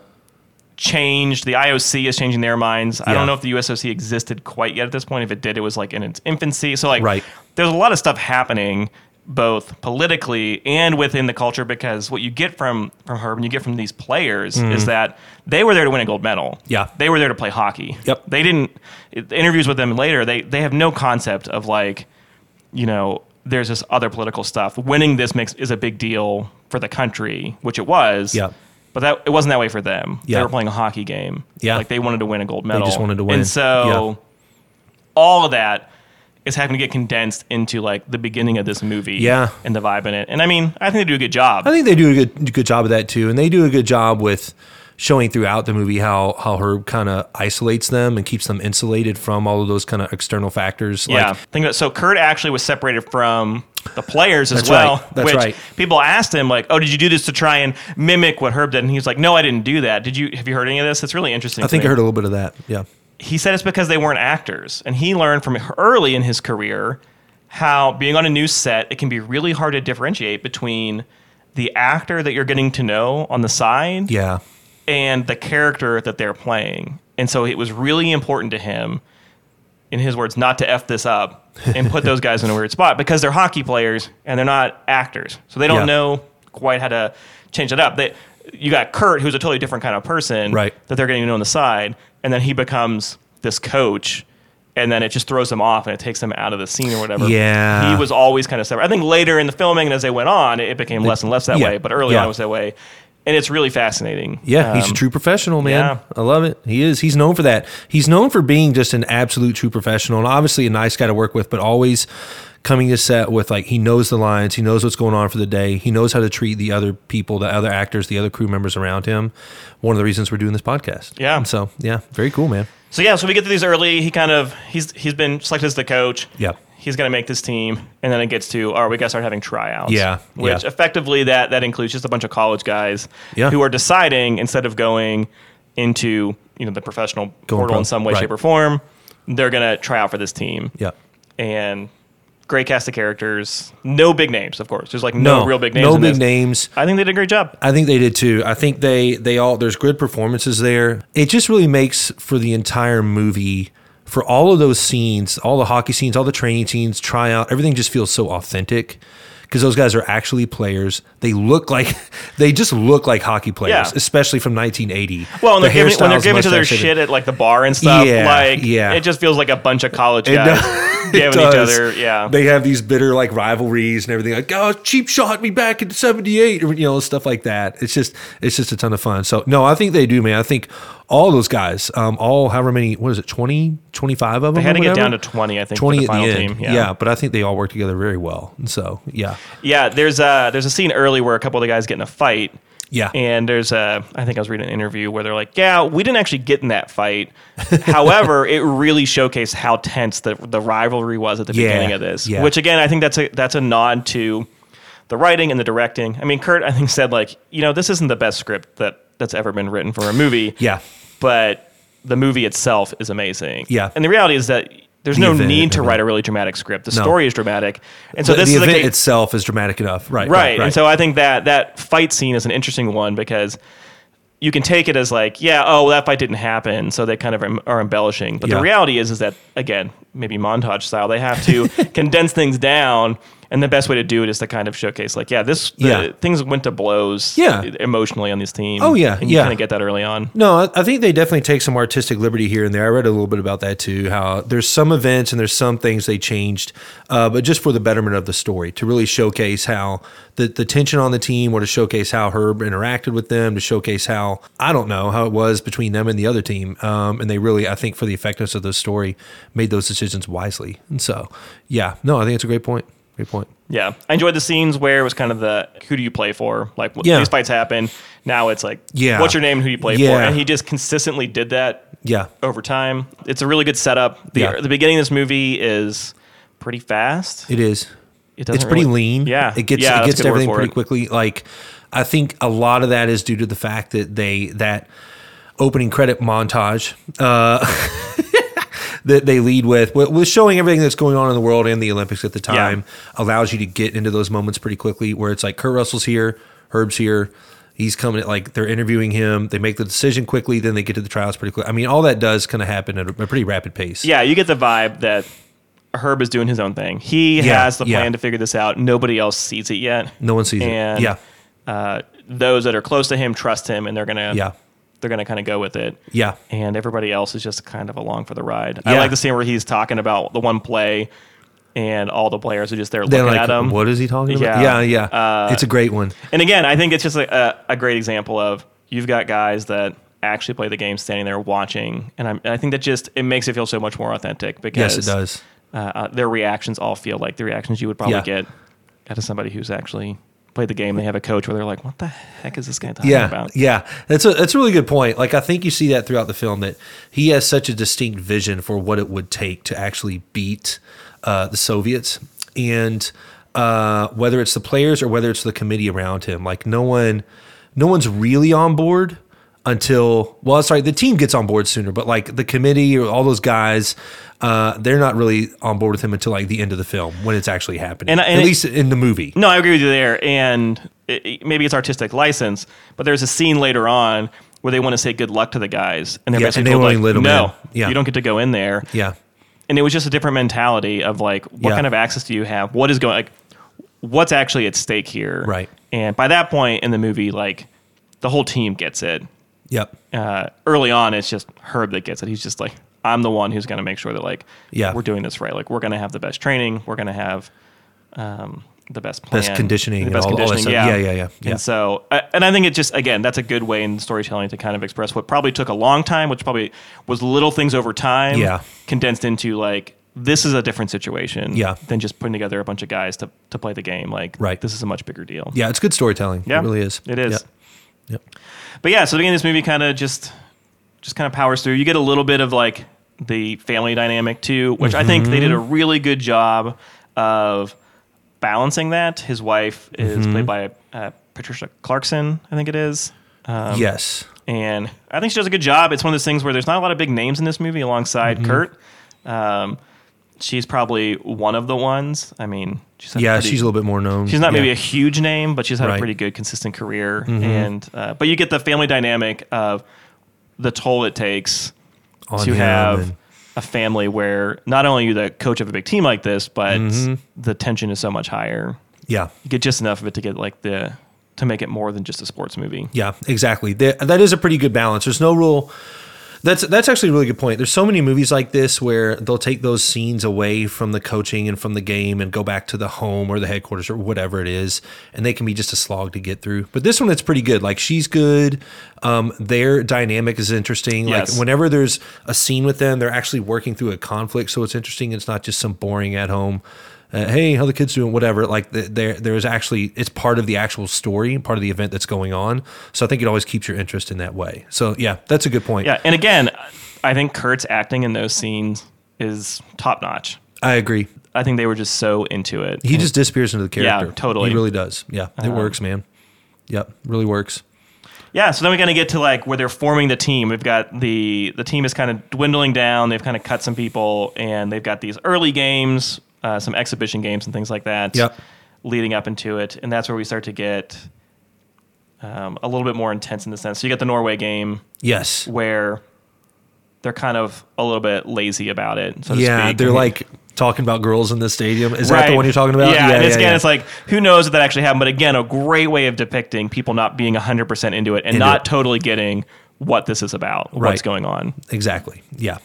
E: changed. The IOC is changing their minds. I
D: Yeah.
E: don't know if the USOC existed quite yet at this point. If it did, it was like in its infancy. So like,
D: Right.
E: there's a lot of stuff happening both politically and within the culture because what you get from from her and you get from these players is that they were there to win a gold medal.
D: Mm-hmm. Yeah.
E: They were there to play hockey.
D: Yep.
E: They didn't it- the interviews with them later, they they have no concept of like, you know, there's this other political stuff. Winning this makes is a big deal for the country, which it was.
D: Yep.
E: But that it wasn't that way for them.
D: Yeah.
E: They were playing a hockey game.
D: Yeah.
E: Like they wanted to win a gold medal.
D: just wanted to win.
E: And so all of that is having to get condensed into like the beginning of this movie.
D: Yeah.
E: And the vibe in it. And I mean, I think they do a good job.
D: I think they do a good good job of that too, and they do a good job with showing throughout the movie how how Herb kind of isolates them and keeps them insulated from all of those kind of external factors.
E: yeah.
D: Like,
E: Think that so Kurt actually was separated from the players as
D: That's
E: well.
D: right. That's
E: which
D: right.
E: People asked him like, "Oh, did you do this to try and mimic what Herb did?" And he was like, "No, I didn't do that. Did you have you heard any of this? It's really interesting."
D: I
E: to
D: think
E: me."
D: I heard a little bit of that. Yeah,
E: he said it's because they weren't actors and he learned from early in his career how being on a new set it can be really hard to differentiate between the actor that you're getting to know on the side
D: yeah,
E: and the character that they're playing and so it was really important to him in his words not to f this up and put those guys in a weird spot because they're hockey players and they're not actors so they don't
D: Yeah.
E: know quite how to change it up they, you got kurt who's a totally different kind of person
D: Right.
E: that they're getting to know on the side, and then he becomes this coach, and then it just throws him off and it takes him out of the scene or whatever.
D: Yeah.
E: he was always kind of separate. I think later in the filming and as they went on, it became less and less that
D: yeah,
E: way. But early
D: yeah.
E: on, it was that way, and it's really fascinating.
D: yeah. he's
E: Um,
D: a true professional, man.
E: yeah.
D: I love it. He is. He's known for that. He's known for being just an absolute true professional, and obviously a nice guy to work with, but always coming to set with like he knows the lines, he knows what's going on for the day, he knows how to treat the other people, the other actors, the other crew members around him. One of the reasons we're doing this podcast.
E: Yeah.
D: So yeah, very cool, man.
E: So yeah, so we get to these early. He kind of he's he's been selected as the coach.
D: Yeah.
E: He's going to make this team, and then it gets to, all right, we got to start having tryouts.
D: Yeah,
E: which
D: yeah.
E: effectively that that includes just a bunch of college guys
D: Yeah.
E: who are deciding instead of going into you know the professional
D: Going
E: portal
D: pro,
E: in some way,
D: right.
E: shape, or form, they're going to try out for this team.
D: Yeah.
E: and great cast of characters. No big names, of course. There's like no,
D: No,
E: real big names.
D: No
E: in
D: big
E: this.
D: names.
E: I think they did a great job.
D: I think they did too. I think they they all there's good performances there. It just really makes for the entire movie for all of those scenes, all the hockey scenes, all the training scenes, tryout, everything just feels so authentic because those guys are actually players. They look like they just look like hockey players,
E: Yeah.
D: especially from 1980.
E: Well, and they're giving, when they're
D: hairstyles,
E: giving to their
D: mustache, everything.
E: shit at like the bar and stuff,
D: Yeah,
E: like
D: yeah.
E: it just feels like a bunch of college
D: It
E: guys
D: does.
E: giving
D: It
E: each
D: does.
E: other. Yeah,
D: They have these bitter like rivalries and everything like, oh, cheap shot me back in 78 or you know, stuff like that. It's just it's just a ton of fun. So no, I think they do, man. I think all those guys, um, all however many, what is it, 20, 25 of them?
E: they had
D: or
E: to get down to
D: whatever?
E: twenty, I think,
D: 20
E: for
D: at
E: the
D: the
E: final
D: end.
E: team.
D: Yeah. but I think they all work together very well. And so yeah.
E: Yeah, there's a there's a scene early where a couple of the guys get in a fight,
D: Yeah.
E: and there's a I think I was reading an interview where they're like, yeah, we didn't actually get in that fight. However, it really showcased how tense the the rivalry was at the
D: Yeah,
E: beginning of this.
D: yeah.
E: Which again, I think that's a that's a nod to the writing and the directing. I mean, Kurt I think said like, you know, this isn't the best script that that's ever been written for a movie.
D: yeah.
E: but the movie itself is amazing.
D: Yeah.
E: And the reality is that there's no
D: event,
E: need to
D: yeah.
E: write a really dramatic script. The
D: No.
E: story is dramatic, and so
D: the,
E: this
D: the
E: is the
D: event
E: case.
D: itself is dramatic enough. Right.
E: Right. And so I think that that fight scene is an interesting one because you can take it as like, yeah, oh, that fight didn't happen, so they kind of em- are embellishing. But
D: Yeah.
E: the reality is, is that again, maybe montage style, they have to condense things down, and the best way to do it is to kind of showcase, like, yeah, this the,
D: Yeah.
E: things went to blows,
D: Yeah.
E: emotionally on this team.
D: Oh, yeah,
E: and you
D: yeah.
E: kind of get that early on.
D: No, I- I think they definitely take some artistic liberty here and there. I read a little bit about that too. How there's some events and there's some things they changed, uh, but just for the betterment of the story to really showcase how the, the tension on the team, or to showcase how Herb interacted with them, to showcase how I don't know how it was between them and the other team. Um, and they really, I think, for the effectiveness of the story, made those decisions wisely. And so, yeah, no, I think it's a great point. Great point.
E: Yeah, I enjoyed the scenes where it was kind of the who do you play for? Like wh-
D: Yeah.
E: these fights happen. Now it's like,
D: Yeah.
E: what's your name? and Who do you play for?
D: Yeah.
E: And he just consistently did that
D: Yeah,
E: over time. It's a really good setup. The
D: Yeah.
E: the beginning of this movie is pretty fast.
D: it is.
E: It
D: it's
E: doesn't
D: pretty
E: really-
D: lean.
E: Yeah,
D: it gets
E: yeah,
D: it
E: that's
D: gets to
E: a good word
D: everything
E: for
D: pretty
E: it.
D: quickly. Like I think a lot of that is due to the fact that they that opening credit montage uh, that they lead with wa- was showing everything that's going on in the world and the Olympics at the time allows you to get into those moments pretty quickly where it's like Kurt Russell's here, Herb's here. He's coming at like they're interviewing him. They make the decision quickly, then they get to the trials pretty quick. I mean, all that does kind of happen at a, a pretty rapid pace.
E: Yeah, you get the vibe that Herb is doing his own thing. He
D: Yeah,
E: has the
D: yeah.
E: plan to figure this out. Nobody else sees it yet.
D: No one sees
E: and,
D: it. Yeah,
E: Uh, those that are close to him trust him, and they're gonna
D: Yeah.
E: they're gonna kind of go with it.
D: yeah,
E: And everybody else is just kind of along for the ride. I
D: Yeah.
E: like the scene where he's talking about the one play, and all the players are just there
D: They're
E: looking
D: like,
E: at him.
D: what is he talking about?
E: Yeah. Uh,
D: Yeah, yeah. it's a great one.
E: And again, I think it's just a, a, a great example of you've got guys that actually play the game standing there watching, and I'm, I think that just it makes it feel so much more authentic because
D: Yes, it does.
E: Uh, uh, their reactions all feel like the reactions you would probably
D: Yeah.
E: get out of somebody who's actually played the game. They have a coach where they're like, "What the heck is this guy talking
D: yeah,
E: about?"
D: Yeah, that's a that's a really good point. Like I think you see that throughout the film that he has such a distinct vision for what it would take to actually beat uh, the Soviets, and uh, whether it's the players or whether it's the committee around him, like no one, no one's really on board until well sorry the team gets on board sooner but like the committee or all those guys uh, they're not really on board with him until like the end of the film when it's actually happening
E: And I- and
D: at
E: it-
D: least in the movie
E: No, I agree with you there. And it, it- maybe it's artistic license, but there's a scene later on where they want to say good luck to the guys, and they're
D: Yeah, and
E: basically
D: they
E: told,
D: won't
E: like,
D: even let 'em in.
E: "No,
D: Yeah.
E: you don't get to go in there."
D: yeah
E: and it was just a different mentality of like what
D: Yeah.
E: kind of access do you have what is going like what's actually at stake here
D: Right.
E: and by that point in the movie like the whole team gets it
D: yep
E: uh, early on it's just herb that gets it he's just like i'm the one who's going to make sure that like
D: Yeah.
E: we're doing this right like we're going to have the best training we're going to have um, the best plan,
D: Best conditioning
E: the
D: and
E: best
D: all- all that
E: conditioning
D: stuff.
E: yeah.
D: Yeah, yeah, yeah, yeah.
E: and so uh, and i think it just again that's a good way in storytelling to kind of express what probably took a long time which probably was little things over time
D: Yeah.
E: condensed into like this is a different situation
D: Yeah.
E: than just putting together a bunch of guys to, to play the game like
D: Right.
E: this is a much bigger deal
D: yeah it's good storytelling
E: yeah,
D: it really is
E: It is.
D: Yep. Yep.
E: But yeah, so again, this movie kind of just just kind of powers through. You get a little bit of like the family dynamic too, which I think they did
D: Mm-hmm.
E: a really good job of balancing that. His wife is
D: Mm-hmm.
E: played by uh, Patricia Clarkson, I think it is. Um,
D: yes
E: And I think she does a good job. It's one of those things where there's not a lot of big names in this movie alongside
D: Mm-hmm.
E: Kurt. Um, she's probably one of the ones. I mean, she's had a
D: Yeah,
E: pretty-
D: she's a little bit more known.
E: She's not maybe
D: Mm-hmm. Yeah.
E: a huge name, but she's had
D: Right. Mm-hmm.
E: a pretty good, consistent career. And uh, but you get the family dynamic of the toll it takes
D: On
E: to
D: him
E: have
D: and-
E: a family where not only are you the coach of a big team like this, but
D: Mm-hmm.
E: the tension is so much higher.
D: yeah,
E: You get just enough of it to get like the to make it more than just a sports movie.
D: yeah, exactly. That, that is a pretty good balance. There's no rule. That's that's actually a really good point. There's so many movies like this where they'll take those scenes away from the coaching and from the game and go back to the home or the headquarters or whatever it is, and they can be just a slog to get through. But this one, it's pretty good. Like she's good. Um, their dynamic is interesting.
E: Yes.
D: Like whenever there's a scene with them, they're actually working through a conflict, so it's interesting. It's not just some boring at home. Uh, hey, how the kids doing? Whatever. Like th- there, there is actually it's part of the actual story, part of the event that's going on. So I think it always keeps your interest in that way. So yeah, that's a good point.
E: Yeah, and again, I think Kurt's acting in those scenes is top notch.
D: I agree.
E: I think they were just so into it.
D: He just disappears into the character.
E: totally. Uh-huh.
D: He really does. Yeah, it works, man. Yep, really works.
E: Yeah, so then we kind of get to like where they're forming the team. We've got the the team is kind of dwindling down. They've kind of cut some people, and they've got these early games, uh, some exhibition games, and things like that.
D: Yep.
E: Leading up into it, and that's where we start to get um, a little bit more intense in the sense. So you got the Norway game
D: Yes.
E: where they're kind of a little bit lazy about it. So to
D: Yeah,
E: speak.
D: they're
E: I mean,
D: like talking about girls in the stadium. Is that the
E: Right.
D: one you're talking about?
E: Yeah, and it's, again,
D: yeah.
E: it's like who knows if that actually happened. But again, a great way of depicting people not being hundred percent into it and
D: Into
E: not
D: it.
E: totally getting what this is about,
D: Right.
E: what's going on.
D: exactly. Yeah,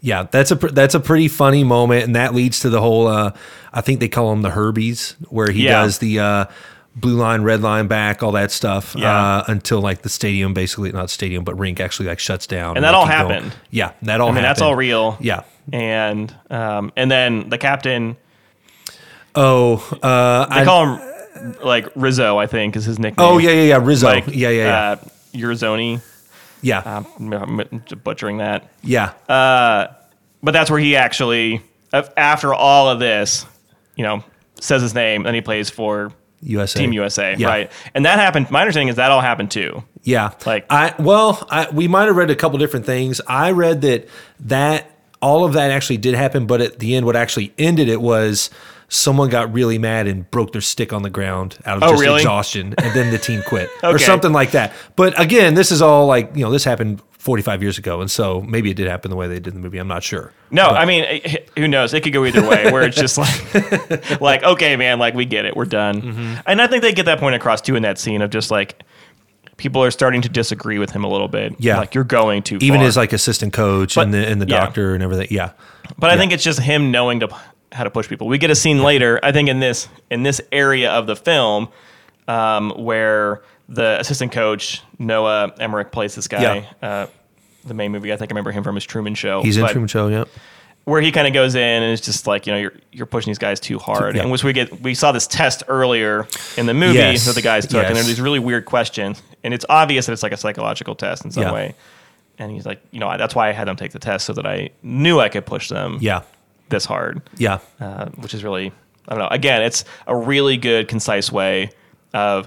D: yeah. That's a pr- that's a pretty funny moment, and that leads to the whole. Uh, I think they call him the Herbies, where he
E: Yeah.
D: does the uh, blue line, red line, back, all that stuff.
E: Yeah.
D: Uh, until like the stadium, basically not stadium, but rink actually like shuts down,
E: And that
D: they
E: all
D: keep going.
E: happened.
D: Yeah, that all.
E: I mean, that's all real.
D: Yeah.
E: and um, and then the captain,
D: Oh, uh,
E: they
D: I-
E: call him like Rizzo, I think, is his nickname.
D: Oh yeah, yeah, yeah. Rizzo.
E: like
D: yeah, yeah, yeah.
E: Uh, um, Urzoni.
D: yeah.
E: I'm I'm butchering that.
D: Yeah.
E: uh, but that's where he actually af- after all of this you know says his name and he plays for
D: USA.
E: team usa
D: Yeah.
E: right and that happened my understanding is that all happened too
D: yeah.
E: like-
D: I well, I, we might have read a couple different things. I read that that all of that actually did happen, but at the end, what actually ended it was someone got really mad and broke their stick on the ground out of
E: Oh,
D: just
E: really?
D: exhaustion, and then the team quit or
E: Okay.
D: something like that. But again, this is all like you know this happened 45 years ago, and so maybe it did happen the way they did in the movie. I'm not sure.
E: No, I mean, eh, who knows? It could go either way. Where it's just like, like, okay, man, like we get it, we're done.
D: Mm-hmm.
E: And I think they get that point across too in that scene of just like people are starting to disagree with him a little bit.
D: Yeah.
E: like you're going too
D: Even
E: far.
D: as like assistant coach and
E: But-
D: the and the
E: yeah.
D: doctor and everything. Yeah.
E: but I think it's just him knowing to, how to push people. We get a scene later. I think in this in this area of the film, um, where the assistant coach Noah Emmerich plays this guy. Uh, the main movie, I think I remember him from his Truman Show.
D: He's in
E: But-
D: Truman Show. Yep.
E: where he kind of goes in and it's just like you know you're you're pushing these guys too hard.
D: Yeah.
E: And which we get we saw this test earlier in the movie
D: Yes.
E: that the guys took, and there
D: Yes.
E: are these really weird questions, and it's obvious that it's like a psychological test in some
D: Yeah.
E: way. And he's like, you know, I, that's why I had them take the test so that I knew I could push them
D: Yeah.
E: this hard,
D: Yeah.
E: uh, which is really I don't know. Again, it's a really good concise way of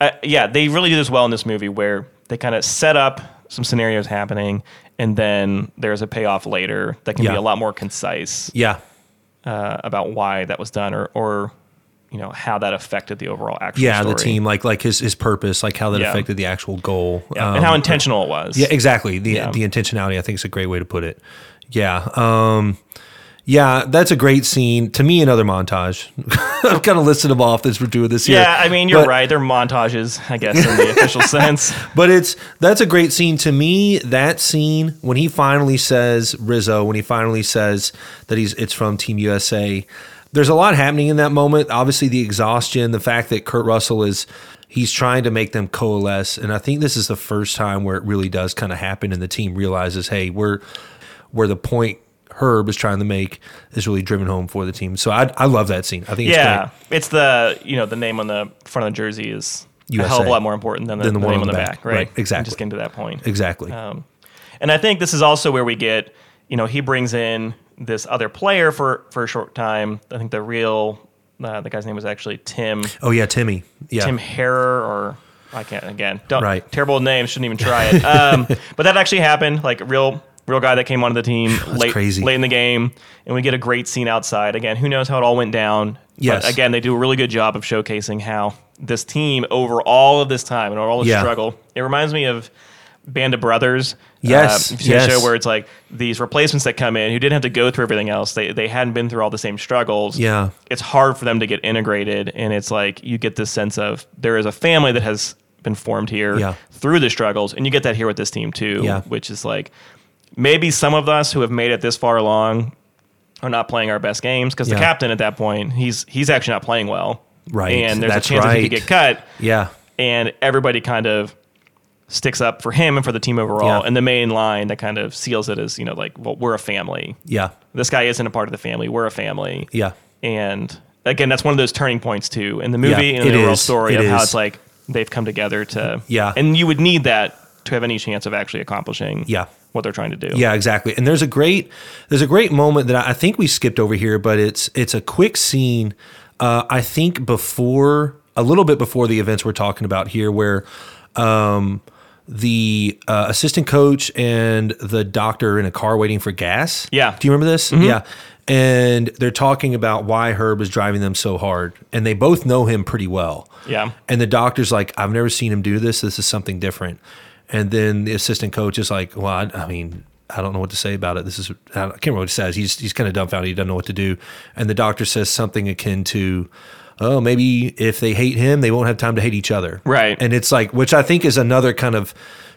E: uh, yeah they really do this well in this movie where they kind of set up some scenarios happening. And then there's a payoff later that can be
D: Yeah.
E: a lot more concise
D: Yeah.
E: uh, about why that was done or or you know how that affected the overall actual
D: Yeah. The
E: story.
D: team, like like his his purpose, like how that
E: Yeah.
D: affected the actual goal.
E: Yeah,
D: Um,
E: and how intentional it was.
D: Yeah, exactly. The
E: Yeah.
D: the intentionality I think is a great way to put it. Yeah. Um yeah, that's a great scene. To me, another montage. I've kind of listed them off as we're doing this year.
E: Yeah, I mean you're
D: But-
E: right. They're montages, I guess, in the official sense.
D: But it's that's a great scene to me. That scene when he finally says Rizzo, when he finally says that he's it's from Team USA. There's a lot happening in that moment. Obviously, the exhaustion, the fact that Kurt Russell is he's trying to make them coalesce, and I think this is the first time where it really does kind of happen, and the team realizes, hey, we're where the point Herb is trying to make is really driven home for the team. So I, I love that scene. I think it's
E: yeah,
D: great.
E: it's the you know the name on the front of the jersey is a hell of
D: USA.
E: a lot more important than the,
D: Than
E: the name on the back, right?
D: exactly.
E: I'm just getting to that point.
D: exactly.
E: Um, and I think this is also where we get, you know, he brings in this other player for for a short time. I think the real uh, the guy's name was actually Tim.
D: oh yeah, Timmy. Yeah,
E: Tim Harrer or I can't again. Don't,
D: Right.
E: Terrible name. Shouldn't even try it. Um, but that actually happened. Like real, real guy that came onto the team late,
D: crazy.
E: late in the game, and we get a great scene outside. Again, who knows how it all went down?
D: Yes.
E: But again, they do a really good job of showcasing how this team over all of this time and over all the
D: Yeah.
E: struggle. It reminds me of. Band of Brothers.
D: Yes,
E: Uh, if you've seen the
D: yes.
E: show where it's like these replacements that come in who didn't have to go through everything else. They, they hadn't been through all the same struggles
D: Yeah.
E: it's hard for them to get integrated and it's like you get this sense of there is a family that has been formed here
D: Yeah.
E: through the struggles and you get that here with this team too
D: Yeah.
E: which is like maybe some of us who have made it this far along are not playing our best games because
D: Yeah.
E: the captain at that point he's he's actually not playing well
D: Right.
E: and there's
D: That's
E: a chance that
D: right.
E: he could get cut
D: yeah.
E: and everybody kind of sticks up for him and for the team overall
D: Yeah.
E: and the main line that kind of seals it is you know like well we're a family
D: Yeah.
E: this guy isn't a part of the family we're a family
D: Yeah.
E: and again that's one of those turning points too in the movie
D: Yeah,
E: and in
D: it
E: the overall
D: is.
E: story
D: It
E: of how
D: is.
E: it's like they've come together to
D: Yeah.
E: and you would need that to have any chance of actually accomplishing
D: Yeah.
E: what they're trying to do
D: Yeah, exactly. And there's a great there's a great moment that I, I think we skipped over here, but it's it's a quick scene. Uh, I think before a little bit before the events we're talking about here, where um, the uh, assistant coach and the doctor in a car waiting for gas.
E: Yeah.
D: Do you remember this? Yeah. And they're talking about why Herb is driving them so hard, and they both know him pretty well.
E: Yeah.
D: And the doctor's like, I've never seen him do this. This is something different. And then the assistant coach is like, Well, I, I mean, I don't know what to say about it. This is, I don't- I can't remember what he says. He's, he's kind of dumbfounded. He doesn't know what to do. And the doctor says something akin to, Oh, maybe if they hate him, they won't have time to hate each other.
E: Right.
D: And it's like, which I think is another kind of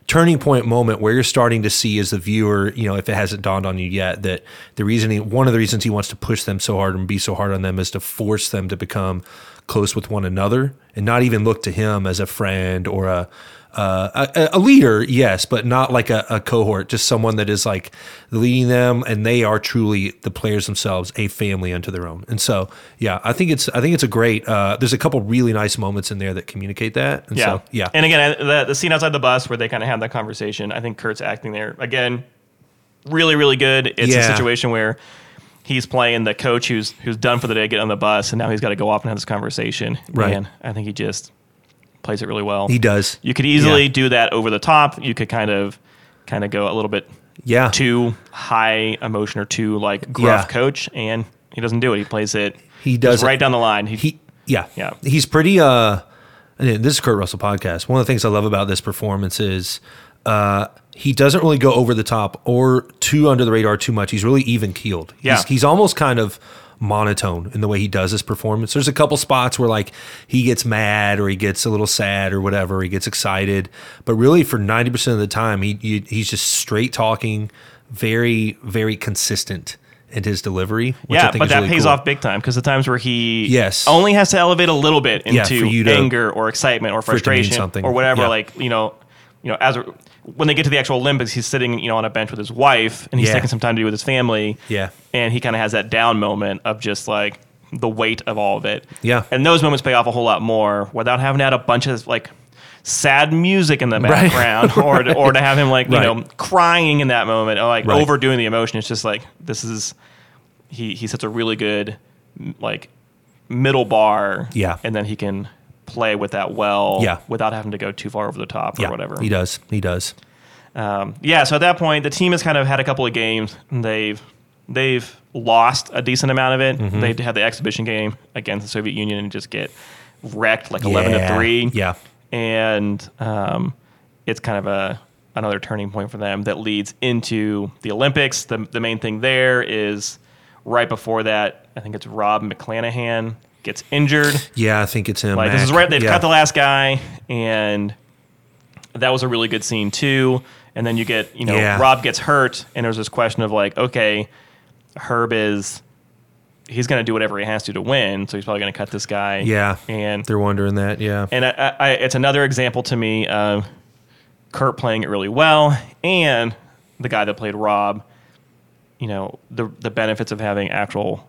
D: turning point moment where you're starting to see as the viewer, you know, if it hasn't dawned on you yet, that the reason he, one of the reasons he wants to push them so hard and be so hard on them is to force them to become close with one another and not even look to him as a friend or a, uh, a, a leader, yes, but not like a, a cohort, just someone that is like leading them, and they are truly the players themselves, a family unto their own. And so, yeah, I think it's I think it's a great. Uh, there's a couple really nice moments in there that communicate that. And
E: yeah
D: so, yeah,
E: and again I- the, the scene outside the bus where they kind of have that conversation i think kurt's acting there again really really good it's a
D: Yeah.
E: situation where he's playing the coach who's who's done for the day get on the bus and now he's got to go off and have this conversation
D: Right.
E: Man, i think he just plays it really well
D: he does.
E: You could easily
D: Yeah.
E: do that over the top. You could kind of kind of go a little bit
D: yeah,
E: too high emotion or too like gruff
D: Yeah.
E: coach, and he doesn't do it. He plays it
D: He does
E: Just right down the line.
D: he yeah
E: Yeah.
D: he's pretty uh and this is kurt russell podcast one of the things i love about this performance is uh he doesn't really go over the top or too under the radar too much he's really even keeled he's,
E: Yeah.
D: he's almost kind of monotone in the way he does his performance there's a couple spots where like he gets mad or he gets a little sad or whatever or he gets excited but really for 90% of the time he, he he's just straight talking very very consistent in his delivery which I
E: yeah,
D: think
E: but
D: is
E: that
D: really
E: pays
D: cool.
E: off big time because the times where he
D: Yes.
E: only has to elevate a little bit
D: Yeah,
E: into
D: for you to-
E: anger or excitement or
D: for it to mean
E: frustration
D: something.
E: or whatever,
D: Yeah.
E: like you know, you know, as a- when they get to the actual Olympics, he's sitting you know on a bench with his wife and he's
D: Yeah.
E: taking some time to be with his family.
D: Yeah.
E: and he kind of has that down moment of just like the weight of all of it.
D: Yeah.
E: and those moments pay off a whole lot more without having to add a bunch of like. Sad music in the
D: Right.
E: background, or to, or to have him like you
D: Right.
E: know crying in that moment, or like
D: Right.
E: overdoing the emotion. It's just like this is he he sets a really good m- like middle bar.
D: Yeah.
E: and then he can play with that well.
D: Yeah.
E: without having to go too far over the top or whatever.
D: he does he does
E: Um, yeah, so at that point, the team has kind of had a couple of games. And they've they've lost a decent amount of it.
D: Mm-hmm.
E: They had the exhibition game against the Soviet Union and just get wrecked like eleven to
D: Yeah,
E: three.
D: yeah.
E: and um, it's kind of a another turning point for them that leads into the Olympics. The the main thing there is right before that, I think it's Rob McClanahan gets injured.
D: Yeah, I think it's him.
E: Like this
D: Mac.
E: is right. They've
D: yeah.
E: cut the last guy, and that was a really good scene too. And then you get you know
D: Yeah.
E: Rob gets hurt, and there's this question of like, okay, Herb is he's going to do whatever he has to to win, so he's probably going to cut this guy.
D: Yeah,
E: and
D: they're wondering that. Yeah,
E: and I, I, I, it's another example to me of Kurt playing it really well, and the guy that played Rob. You know the the benefits of having actual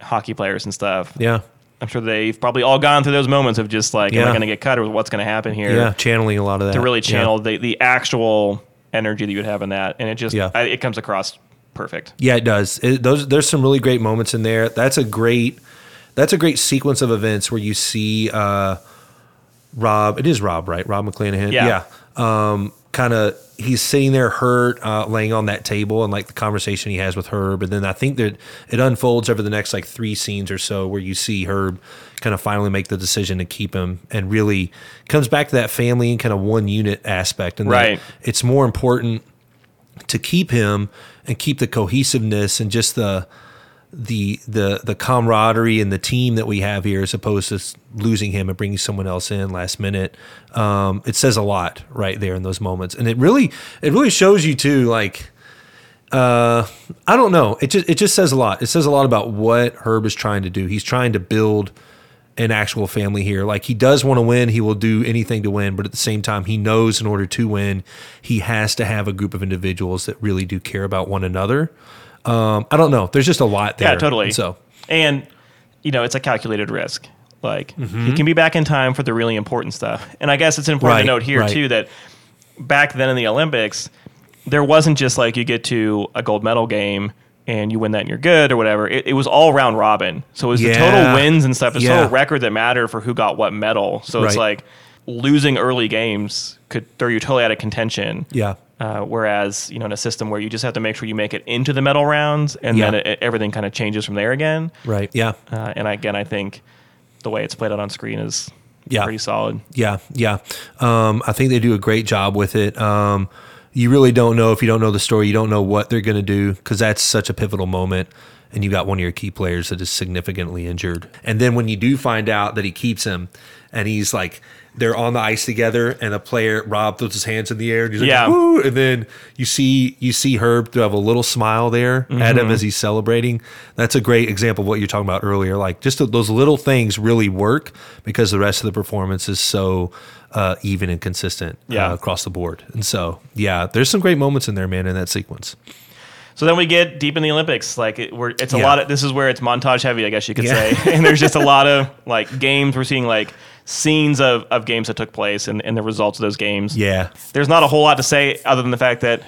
E: hockey players and stuff.
D: yeah,
E: I'm sure they've probably all gone through those moments of just like, am I
D: Yeah.
E: going to get cut or what's going to happen here?
D: yeah. Channeling a lot of that
E: To really
D: Yeah.
E: channel the, the actual energy that you would have in that. And it just,
D: Yeah.
E: I, it comes across perfect.
D: Yeah, it does. It, those there's some really great moments in there. That's a great that's a great sequence of events where you see uh, Rob. It is Rob, right? Rob McClanahan.
E: Yeah.
D: Yeah. Um, kind of he's sitting there hurt, uh, laying on that table, and like the conversation he has with Herb, and then I think that it unfolds over the next like three scenes or so where you see Herb kind of finally make the decision to keep him, and really comes back to that family and kind of one unit aspect, and that
E: Right.
D: it's more important to keep him and keep the cohesiveness and just the the the the camaraderie and the team that we have here as opposed to s- losing him and bringing someone else in last minute um, it says a lot right there in those moments and it really it really shows you too like uh, I don't know it just it just says a lot it says a lot about what Herb is trying to do he's trying to build an actual family here like he does want to win he will do anything to win but at the same time he knows in order to win he has to have a group of individuals that really do care about one another um, I don't know there's just a lot there
E: Yeah, totally.
D: so
E: and you know, it's a calculated risk. Like he can be back in time for the really important stuff. And I guess it's important to
D: Mm-hmm. Right,
E: note here
D: right.
E: too that back then in the Olympics, there wasn't just like you get to a gold medal game and you win that and you're good or whatever. It, it was all round robin. So it was the total
D: Yeah.
E: wins and stuff. It's
D: Yeah.
E: total record that mattered for who got what medal. So it's
D: Right.
E: like losing early games could throw you totally out of contention.
D: Yeah.
E: Uh, whereas you know in a system where you just have to make sure you make it into the medal rounds and
D: Yeah.
E: then it, everything kind of changes from there again.
D: Right. Yeah.
E: Uh, and again, I think the way it's played out on screen is
D: Yeah.
E: pretty solid.
D: Yeah. Yeah. Um, I think they do a great job with it. Um, you really don't know if you don't know the story, you don't know what they're going to do because that's such a pivotal moment. And you got one of your key players that is significantly injured. And then when you do find out that he keeps him and he's like, they're on the ice together, and the player Rob throws his hands in the air, and he's like,
E: Yeah.
D: "Woo!" And then you see you see Herb to have a little smile there at
E: Mm-hmm.
D: him as he's celebrating. That's a great example of what you're talking about earlier. Like just those little things really work because the rest of the performance is so uh, even and consistent
E: Yeah.
D: uh, across the board. And so yeah, there's some great moments in there, man, in that sequence.
E: So then we get deep in the Olympics. Like it, we're, it's a
D: Yeah.
E: lot of this is where it's montage heavy, I guess you could
D: Yeah.
E: say. and there's just a lot of like games. We're seeing like scenes of, of games that took place and, and the results of those games.
D: Yeah,
E: There's not a whole lot to say other than the fact that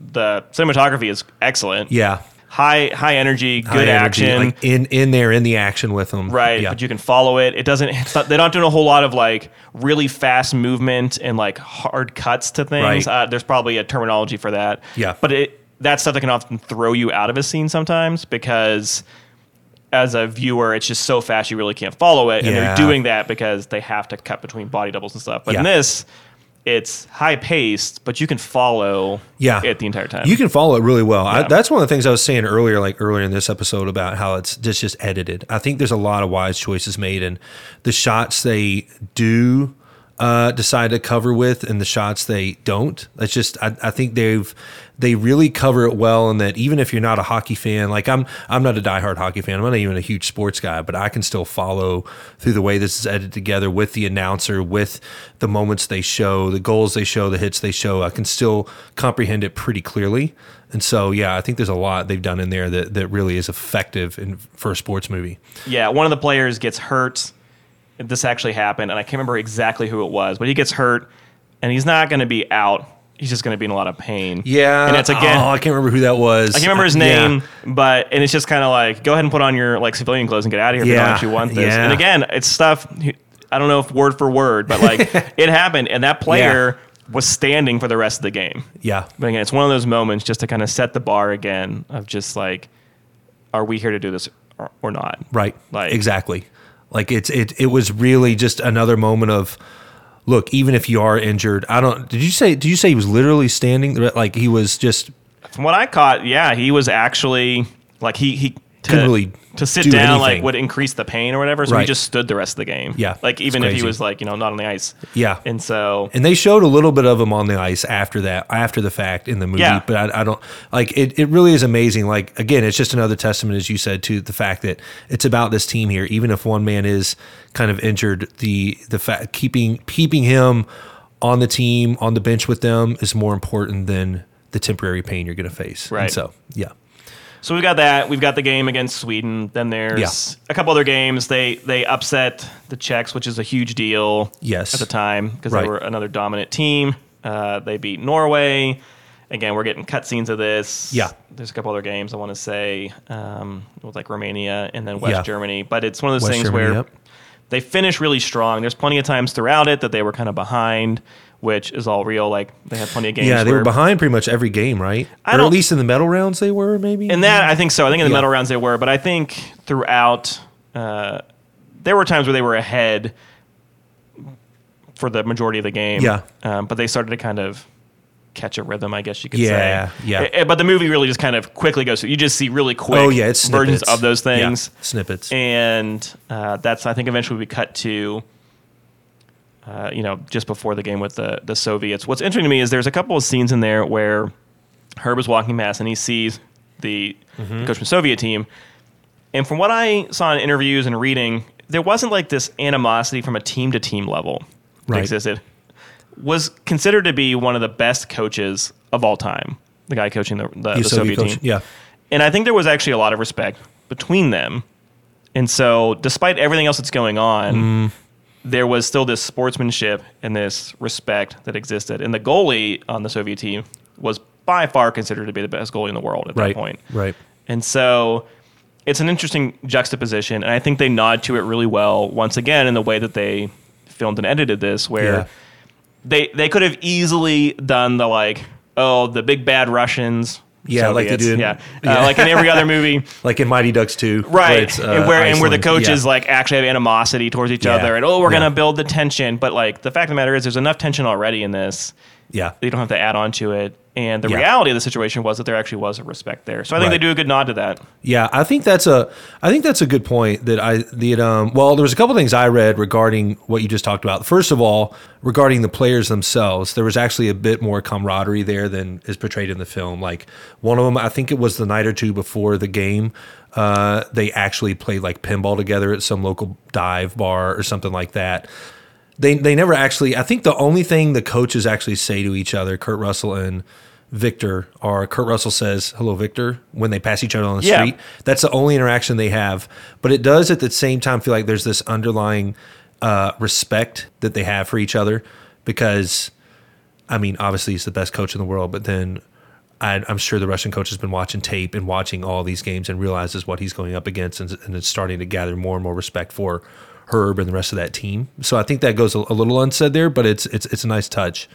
E: the cinematography is excellent.
D: yeah.
E: High high energy,
D: High
E: good
D: energy,
E: action.
D: like in in there in the action with them.
E: right
D: Yeah.
E: but you can follow it it doesn't it's not, they're not doing a whole lot of like really fast movement and like hard cuts to things
D: Right.
E: uh, there's probably a terminology for that
D: Yeah.
E: but it that stuff that can often throw you out of a scene sometimes because as a viewer, it's just so fast you really can't follow it. And
D: Yeah.
E: they're doing that because they have to cut between body doubles and stuff. But in
D: Yeah.
E: this, it's high paced, but you can follow
D: yeah
E: it the entire time.
D: you can follow it really well I,
E: Yeah.
D: that's one of the things i was saying earlier like earlier in this episode about how it's just just edited i think there's a lot of wise choices made and the shots they do uh, decide to cover with and the shots they don't that's just I, I think they've they really cover it well and that even if you're not a hockey fan like i'm i'm not a diehard hockey fan i'm not even a huge sports guy but i can still follow through the way this is edited together with the announcer with the moments they show the goals they show the hits they show i can still comprehend it pretty clearly and so yeah i think there's a lot they've done in there that that really is effective in for a sports movie
E: Yeah, one of the players gets hurt. This actually happened, and I can't remember exactly who it was, but he gets hurt, and he's not going to be out. He's just going to be in a lot of pain.
D: yeah
E: and it's again.
D: oh, i can't remember who that was
E: I can't remember his
D: Yeah.
E: name, but and it's just kind of like go ahead and put on your like civilian clothes and get out of here if you
D: Yeah,
E: don't actually want this.
D: yeah.
E: And again, it's stuff I don't know if word for word, but like it happened, and that player was standing for the rest of the game.
D: yeah
E: But again, it's one of those moments just to kind of set the bar again of just like, are we here to do this or, or not?
D: Right.
E: Like-
D: exactly. Like it's it it was really just another moment of look, even if you are injured, I don't did you say did you say he was literally standing like he was just
E: From what I caught, yeah, he was actually like he he to,
D: Couldn't really
E: to sit
D: do
E: down
D: anything.
E: like would increase the pain or whatever. So
D: Right.
E: he just stood the rest of the game.
D: Yeah,
E: like
D: it's
E: even if he
D: crazy.
E: was like you know not on the ice.
D: Yeah.
E: and so
D: and they showed a little bit of him on the ice after that, after the fact in the movie.
E: Yeah.
D: But I, I don't like it. It really is amazing. Like again, it's just another testament, as you said, to the fact that it's about this team here. Even if one man is kind of injured, the the fact keeping keeping him on the team on the bench with them is more important than the temporary pain you're going to face. And
E: Right.
D: so yeah,
E: So we've got that. We've got the game against Sweden. Then there's
D: Yeah.
E: a couple other games. They they upset the Czechs, which is a huge deal.
D: Yes.
E: At the time, because
D: Right.
E: they were another dominant team. Uh, they beat Norway. Again, we're getting cutscenes of this.
D: Yeah.
E: There's a couple other games I want to say, um, with like Romania and then West
D: Yeah.
E: Germany. But it's one of those
D: West
E: things
D: Germany,
E: where
D: yep.
E: they finish really strong. There's plenty of times throughout it that they were kind of behind, which is all real. Like they had plenty of games.
D: yeah, they were
E: where-
D: behind pretty much every game, right?
E: I
D: or at
E: don't-
D: least in the medal rounds they were maybe.
E: In that, I think so. I think in the
D: Yeah.
E: medal rounds they were, but I think throughout, uh, there were times where they were ahead for the majority of the game.
D: Yeah.
E: Um, but they started to kind of catch a rhythm, I guess you could
D: Yeah,
E: say.
D: yeah.
E: Eh, eh, But the movie really just kind of quickly goes through. You just see really quick
D: oh yeah, it's
E: versions
D: snippets.
E: of those
D: Yeah,
E: things.
D: snippets.
E: And uh, that's, I think, eventually we cut to. Uh, you know, just before the game with the, the Soviets. What's interesting to me is there's a couple of scenes in there where Herb is walking past and he sees the
D: Mm-hmm.
E: coach from Soviet team. And from what I saw in interviews and reading, there wasn't like this animosity from a team to team level that
D: Right.
E: existed. Was considered to be one of the best coaches of all time. The guy coaching the, the, the
D: Yusovia
E: Soviet
D: coach,
E: team.
D: Yeah.
E: And I think there was actually a lot of respect between them. And so, despite everything else that's going on,
D: Mm.
E: there was still this sportsmanship and this respect that existed. And the goalie on the Soviet team was by far considered to be the best goalie in the world at
D: Right.
E: that point.
D: Right.
E: And so, it's an interesting juxtaposition. And I think they nod to it really well, once again, in the way that they filmed and edited this, where
D: Yeah.
E: they, they could have easily done the like, oh, the big bad Russians.
D: Yeah, like they
E: Soviets,
D: do in-
E: Yeah. Uh, like in every other movie
D: like in Mighty Ducks too, uh,
E: right? and where and where the coaches
D: coaches
E: like actually have animosity towards each
D: Yeah.
E: other, and oh, we're
D: Yeah.
E: gonna build the tension. But like the fact of the matter is, there's enough tension already in this.
D: yeah,
E: That you don't have to add on to it. And the
D: Yeah.
E: reality of the situation was that there actually was a respect there. So I think
D: Right.
E: they do a good nod to that.
D: Yeah, I think that's a I think that's a good point that I that um well there was a couple things I read regarding what you just talked about. First of all, regarding the players themselves, there was actually a bit more camaraderie there than is portrayed in the film. Like one of them, I think it was the night or two before the game, uh, they actually played like pinball together at some local dive bar or something like that. They they never actually. I think the only thing the coaches actually say to each other, Kurt Russell and Victor, are Kurt Russell says "Hello, Victor" when they pass each other on the
E: Yeah.
D: street. That's the only interaction they have. But it does at the same time feel like there's this underlying uh, respect that they have for each other because, I mean, obviously he's the best coach in the world, but then. I, I'm sure the Russian coach has been watching tape and watching all these games and realizes what he's going up against and, and is starting to gather more and more respect for Herb and the rest of that team. So I think that goes a, a little unsaid there, but it's it's it's a nice touch.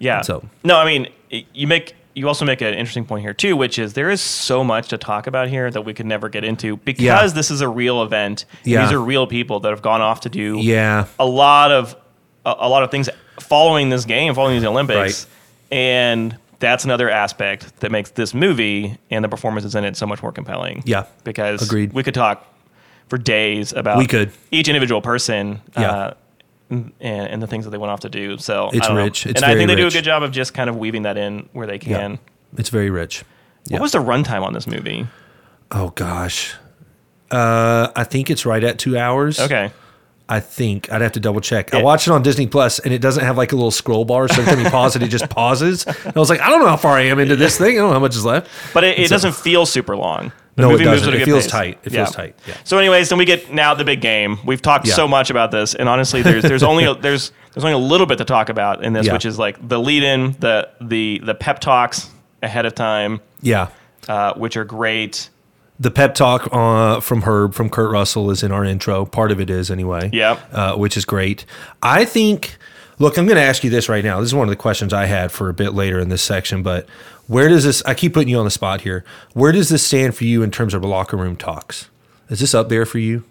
E: Yeah.
D: So-
E: no, I mean y- you make you also make an interesting point here too, which is there is so much to talk about here that we could never get into because
D: Yeah.
E: this is a real event.
D: Yeah.
E: These are real people that have gone off to do
D: Yeah.
E: a lot of a, a lot of things following this game, following these Olympics, and that's another aspect that makes this movie and the performances in it so much more compelling.
D: Yeah.
E: because
D: Agreed.
E: we could talk for days about
D: We could.
E: each individual person.
D: Yeah.
E: Uh, and, and the things that they went off to do. So I
D: It's
E: don't know.
D: rich. It's
E: and I
D: very
E: think they do a
D: rich.
E: good job of just kind of weaving that in where they
D: Yeah.
E: can.
D: It's very rich. Yeah.
E: What was the runtime on this movie?
D: Oh gosh. Uh, I think it's right at two hours.
E: Okay.
D: I think I'd have to double check. I
E: Yeah.
D: watched it on Disney Plus, and it doesn't have like a little scroll bar. So every time you pause it, it just pauses. And I was like, I don't know how far I am into this thing. I don't know how much is left.
E: But it, it doesn't feel super long. The
D: No, it
E: movie moves
D: doesn't.
E: at a
D: It
E: good
D: feels
E: pace.
D: tight. It feels tight, yeah.
E: So, anyways, then we get now the big game. We've talked
D: Yeah.
E: so much about this, and honestly, there's there's only a, there's there's only a little bit to talk about in this,
D: Yeah.
E: which is like the lead in, the the the pep talks ahead of time,
D: Yeah.
E: uh, which are great.
D: The pep talk uh, from Herb from Kurt Russell is in our intro. Part of it is anyway.
E: Yep.
D: uh, which is great. I think. Look, I'm going to ask you this right now. This is one of the questions I had for a bit later in this section, but where does this? I keep putting you on the spot here. Where does this stand for you in terms of locker room talks? Is this up there for you?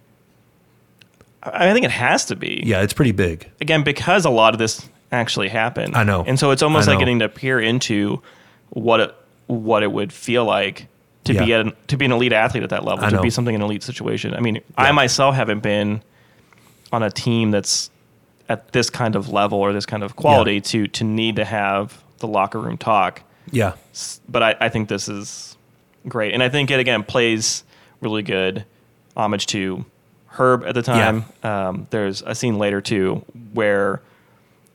E: I I think it has to be.
D: Yeah, it's pretty big.
E: again because a lot of this actually happened.
D: I know.
E: and so it's almost
D: I
E: like
D: know.
E: getting to peer into what it, what it would feel like to be
D: Yeah.
E: an, to be an elite athlete at that level,
D: I
E: to
D: know.
E: be something in an elite situation. I mean, I myself haven't been on a team that's at this kind of level or this kind of quality to to need to have the locker room talk.
D: Yeah,
E: S- But I, I think this is great, and I think it again plays really good homage to Herb at the time. Um, there's a scene later too where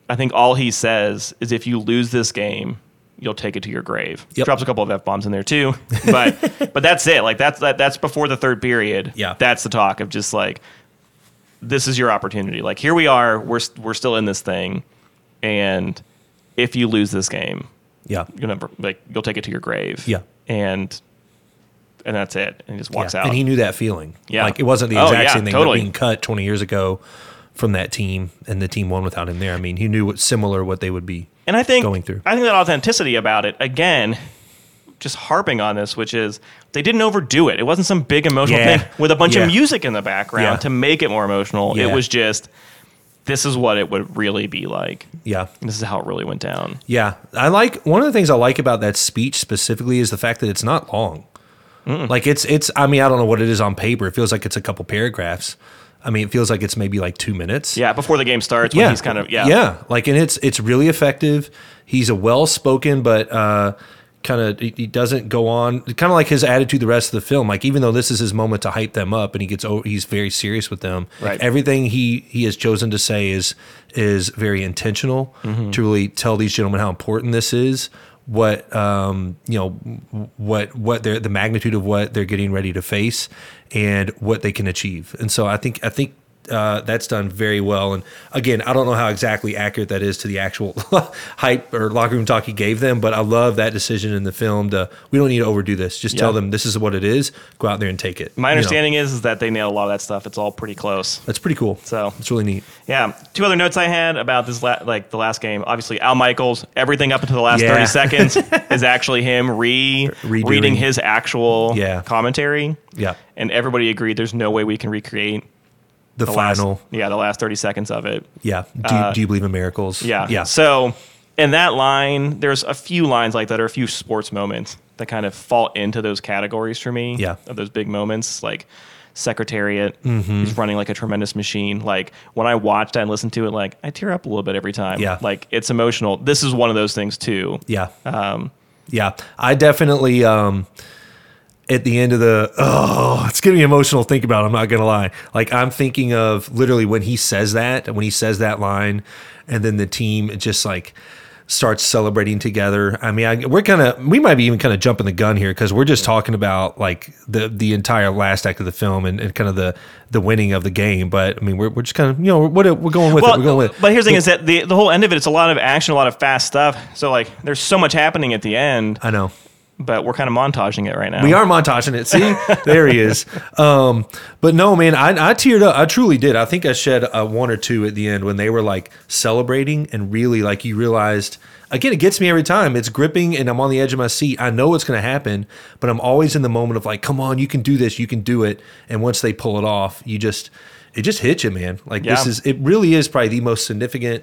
E: I think all he says is if you lose this game, you'll take it to your grave.
D: Yep.
E: Drops a couple of f bombs in there too, but but that's it. Like that's that, that's before the third period.
D: Yeah.
E: that's the talk of just like this is your opportunity. Like here we are. We're s- we're still in this thing, and if you lose this game,
D: yeah,
E: you'll never like you'll take it to your grave.
D: Yeah.
E: and and that's it. And he just walks
D: Yeah.
E: out.
D: And he knew that feeling.
E: Yeah.
D: like it wasn't the
E: Oh,
D: exact
E: yeah,
D: same thing.
E: totally.
D: But being cut 20 years ago from that team, and the team won without him there. I mean, he knew what similar what they would be.
E: and I think
D: going through.
E: I think that authenticity about it again, just harping on this, which is they didn't overdo it. It wasn't some big emotional
D: Yeah.
E: thing with a bunch
D: Yeah.
E: of music in the background
D: Yeah.
E: to make it more emotional.
D: Yeah.
E: It was just this is what it would really be like.
D: Yeah,
E: And This is how it really went down.
D: Yeah, I like one of the things I like about that speech specifically is the fact that it's not long. Like it's it's I mean I don't know what it is on paper. It feels like it's a couple paragraphs. I mean it feels like it's maybe like 2 minutes.
E: Yeah, before the game starts, when he's kind of yeah,
D: Yeah, like and it's it's really effective. He's a well-spoken but uh kind of he he doesn't go on kind of like his attitude the rest of the film like even though this is his moment to hype them up and he gets over he's very serious with them
E: Right.
D: everything he he has chosen to say is is very intentional
E: Mm-hmm.
D: to really tell these gentlemen how important this is what um you know what what they're the magnitude of what they're getting ready to face and what they can achieve and so i think i think uh, that's done very well, and again, I don't know how exactly accurate that is to the actual hype or locker room talk he gave them, but I love that decision in the film. To we don't need to overdo this; just tell
E: Yeah.
D: them this is what it is. Go out there and take it.
E: My
D: You know,
E: understanding is, is that they nail a lot of that stuff. It's all pretty close.
D: that's pretty cool.
E: So-
D: it's really neat.
E: Yeah. Two other notes I had about this, la- like the last game. Obviously, Al Michaels. Everything up until the last
D: Yeah.
E: thirty seconds is actually him re
D: Redoing.
E: reading his actual
D: Yeah.
E: commentary.
D: Yeah,
E: And everybody agreed there's no way we can recreate
D: the,
E: the
D: final.
E: last yeah the last thirty seconds of it.
D: yeah, do,
E: uh,
D: do you believe in miracles?
E: Yeah.
D: yeah.
E: So in that line, there's a few lines like that, or a few sports moments that kind of fall into those categories for me.
D: Yeah.
E: Of those big moments, like Secretariat,
D: Mm-hmm.
E: he's running like a tremendous machine. Like when I watch that and listen to it, like I tear up a little bit every time.
D: Yeah.
E: Like it's emotional. This is one of those things too.
D: Yeah.
E: um,
D: yeah. I definitely um at the end of the oh, it's getting me emotional to think about, it, I'm not gonna lie. Like I'm thinking of literally when he says that, when he says that line, and then the team just like starts celebrating together. I mean, I, we're kind of we might be even kind of jumping the gun here because we're just talking about like the the entire last act of the film and, and kind of the the winning of the game. But I mean, we're, we're just kind of you know what we're going with it. We're going with it.
E: but here's the thing is that the, the whole end of it, it's a lot of action, a lot of fast stuff. So like there's so much happening at the end.
D: I know.
E: but we're kind of montaging it right now.
D: We are montaging it. See, there he is. Um, but no, man, I, I teared up. I truly did. I think I shed uh, one or two at the end when they were like celebrating and really like you realized. Again, it gets me every time. It's gripping, and I'm on the edge of my seat. I know what's going to happen, but I'm always in the moment of like, "Come on, you can do this. You can do it." And once they pull it off, you just it just hits you, man. Like this
E: Yeah.
D: is it really is probably the most significant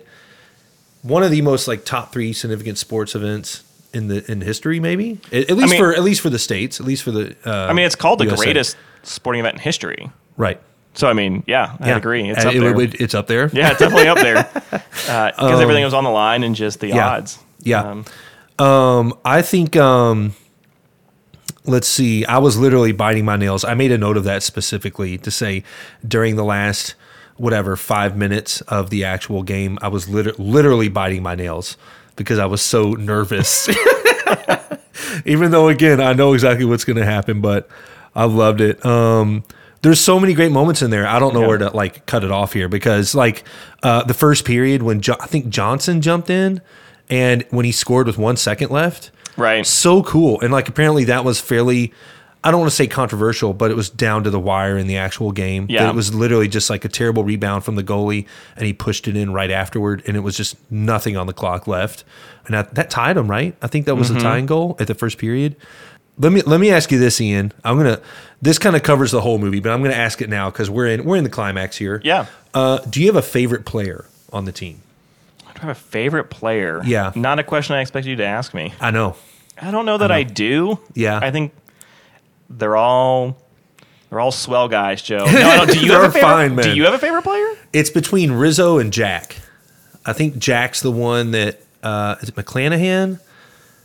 D: one of the most like top three significant sports events in the in history, maybe at, at least
E: mean-
D: for at least for the states, at least for the. Uh,
E: I mean, it's called the
D: USA.
E: greatest sporting event in history.
D: right?
E: So I mean, yeah, I
D: Yeah.
E: agree. It's
D: Uh,
E: up
D: it
E: there.
D: would- it's up there.
E: yeah, it's definitely up there because everything was on the line and just the
D: Um, Yeah.
E: odds.
D: Yeah.
E: Um,
D: I think um let's see, I was literally biting my nails. I made a note of that specifically to say during the last whatever 5 minutes of the actual game, I was liter- literally biting my nails because I was so nervous. Even though again, I know exactly what's going to happen, but I loved it. Um there's so many great moments in there. I don't know
E: Yeah.
D: where to like cut it off here because like uh, the first period when jo- I think Johnson jumped in and when he scored with one second left,
E: right.
D: so cool. And like apparently that was fairly I don't want to say controversial, but it was down to the wire in the actual game.
E: Yeah.
D: It was literally just like a terrible rebound from the goalie and he pushed it in right afterward and it was just nothing on the clock left. And that, that tied him, right? I think that was
E: Mm-hmm.
D: the tying goal at the first period. Let me let me ask you this, Ian. I'm gonna this kind of covers the whole movie, but I'm gonna ask it now because we're in we're in the climax here.
E: Yeah.
D: Uh, do you have a favorite player on the team?
E: Do I have a favorite player?
D: Yeah.
E: Not a question I expected you to ask me.
D: I know.
E: I don't know that I, do.
D: Uh-huh. Yeah.
E: I think they're all they're all swell guys, Joe. No, I don't- do you have
D: They're
E: a favorite,
D: fine,
E: Do
D: man.
E: you have a favorite player?
D: It's between Rizzo and Jack. I think Jack's the one that uh, is it McClanahan?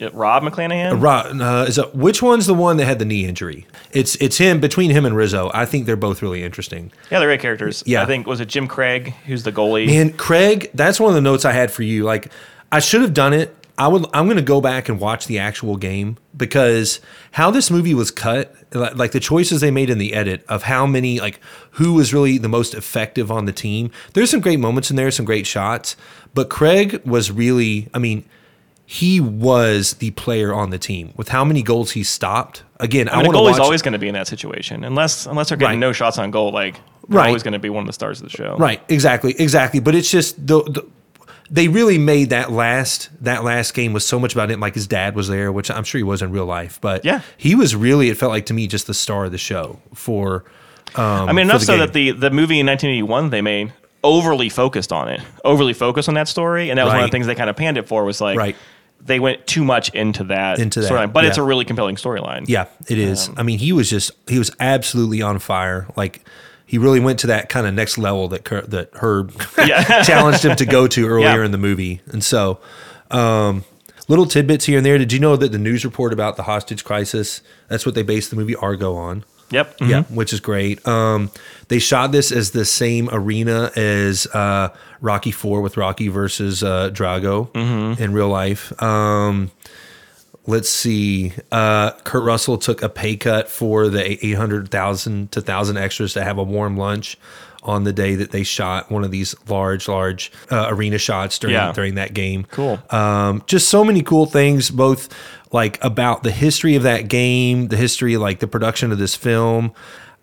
E: Yeah, Uh, Rob McClanahan.
D: Right, uh, is it, which one's the one that had the knee injury? It's it's him between him and Rizzo. I think they're both really interesting.
E: Yeah, they're great characters.
D: Yeah.
E: I think was it Jim Craig who's the goalie?
D: And Craig, that's one of the notes I had for you. Like I should have done it. I would. I'm going to go back and watch the actual game because how this movie was cut, li- like the choices they made in the edit of how many, like who was really the most effective on the team. There's some great moments in there, some great shots, but Craig was really. I mean, he was the player on the team with how many goals he stopped. Again, I,
E: I mean,
D: want
E: the
D: to
E: goalie's
D: watch.
E: always going to be in that situation, unless unless they're getting
D: Right.
E: no shots on goal. Like, they're
D: Right.
E: always going to be one of the stars of the show.
D: Right, exactly, exactly. But it's just the, the they really made that last that last game was so much about him. Like his dad was there, which I'm sure he was in real life, but
E: Yeah.
D: he was really. It felt like to me just the star of the show for. Um,
E: I mean,
D: for
E: enough
D: the
E: so
D: game.
E: that the the movie in 1981 they made overly focused on it, overly focused on that story, and that was one of
D: Right.
E: the things they kind of panned it for was like
D: Right.
E: they went too much into that
D: Into that,
E: storyline, but it's a
D: yeah.
E: really compelling storyline.
D: Yeah, it is. I mean, he was just he was absolutely on fire. Like he really went to that kind of next level that Cur- that Herb challenged him to go to earlier
E: Yeah.
D: in the movie. And so, um, little tidbits here and there. Did you know that the news report about the hostage crisis? That's what they based the movie Argo on.
E: Yep.
D: Yeah,
E: Mhm.
D: which is great. Um, they shot this as the same arena as uh, Rocky Four with Rocky versus uh, Drago in real life. Um, let's see. Uh, Kurt Russell took a pay cut for the eight hundred thousand to thousand extras to have a warm lunch on the day that they shot one of these large, large uh, arena shots during
E: Yeah.
D: during that game.
E: Cool.
D: Um, just so many cool things, both like about the history of that game, the history, like the production of this film.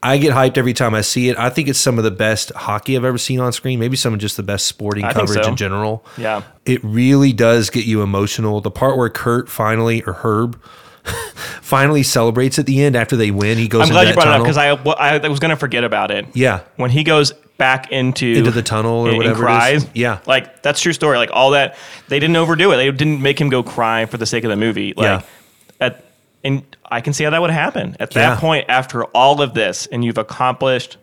D: I get hyped every time I see it. I think it's some of the best hockey I've ever seen on screen. Maybe some of just the best sporting
E: I think
D: coverage
E: so.
D: in general.
E: Yeah.
D: It really does get you emotional. The part where Kurt finally, or Herb, finally celebrates at the end after they win. He goes
E: I'm glad
D: into
E: you brought
D: that
E: it up
D: tunnel.
E: because I, wa- I I was going to forget about it.
D: Yeah.
E: When he goes back into
D: Into the tunnel or
E: and-
D: whatever
E: and
D: it is.
E: cries,
D: Yeah.
E: like that's true story. Like all that, they didn't overdo it. They didn't make him go cry for the sake of the movie. Like,
D: Yeah.
E: At and I can see how that would happen at
D: Yeah.
E: that point after all of this and you've accomplished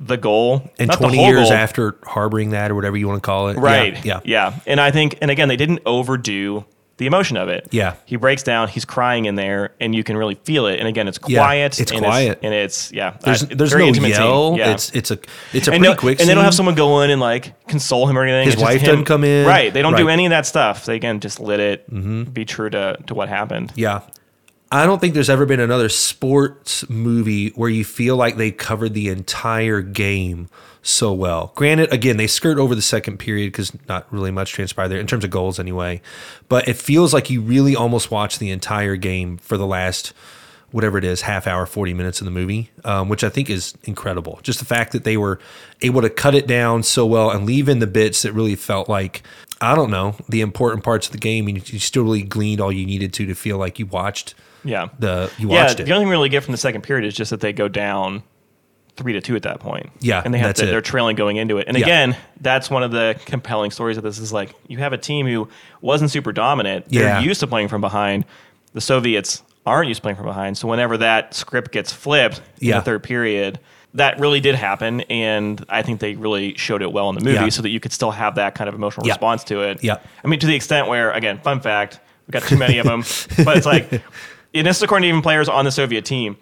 E: the goal
D: and
E: not the
D: 20
E: whole
D: years
E: goal,
D: after harboring that or whatever you want to call it. Yeah,
E: right?
D: Yeah.
E: yeah. And I think, and again, they didn't overdo. The emotion of it.
D: Yeah.
E: He breaks down, he's crying in there, and you can really feel it. And again, it's
D: Yeah,
E: quiet.
D: it's
E: and
D: quiet.
E: and it's, yeah.
D: There's,
E: I-
D: there's
E: very
D: no
E: intimate scene.
D: yell.
E: Yeah.
D: It's it's a it's a
E: and,
D: pretty
E: no-
D: quick.
E: and they don't
D: scene.
E: have someone go in and like console him or anything.
D: His
E: It's just
D: wife
E: him-
D: doesn't come in.
E: Right. They don't do
D: Right. Mm-hmm.
E: any of that stuff. They again just let it be true to, to what happened.
D: Yeah. I don't think there's ever been another sports movie where you feel like they covered the entire game so well. Granted, again, they skirt over the second period because not really much transpired there in terms of goals anyway. But it feels like you really almost watched the entire game for the last whatever it is, half hour, 40 minutes of the movie, um, which I think is incredible. Just the fact that they were able to cut it down so well and leave in the bits that really felt like, I don't know, the important parts of the game. And you, you still really gleaned all you needed to to feel like you watched
E: Yeah.
D: the, you
E: yeah.
D: watched
E: The
D: it.
E: only thing we really get from the second period is just that they go down three to two at that point.
D: Yeah,
E: And they have
D: that's
E: to,
D: it.
E: they're trailing going into it. And
D: Yeah.
E: again, that's one of the compelling stories of this is like you have a team who wasn't super dominant.
D: Yeah.
E: They're used to playing from behind. The Soviets aren't used to playing from behind. So whenever that script gets flipped in
D: Yeah.
E: the third period, that really did happen. And I think they really showed it well in the movie
D: Yeah.
E: so that you could still have that kind of emotional
D: Yeah.
E: response to it.
D: Yeah.
E: I mean, to the extent where, again, fun fact, we got too many of them, but it's like, and this is according to even players on the Soviet team,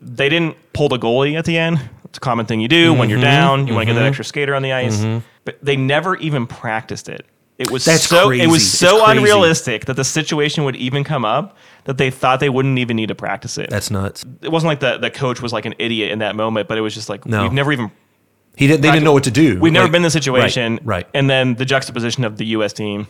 E: they didn't pull the goalie at the end. It's a common thing you do when
D: Mm-hmm.
E: you're down. You want to get that extra skater on the ice, but they never even practiced it. It was
D: That's
E: so it
D: crazy.
E: was
D: It's
E: so
D: crazy.
E: unrealistic that the situation would even come up that they thought they wouldn't even need to practice it.
D: That's nuts.
E: it wasn't like the, the coach was like an idiot in that moment, but it was just like
D: No.
E: we've never even
D: He didn't, they didn't know what to do.
E: we've never
D: Like-
E: been in this situation.
D: Right. right.
E: And then the juxtaposition of the U.S. team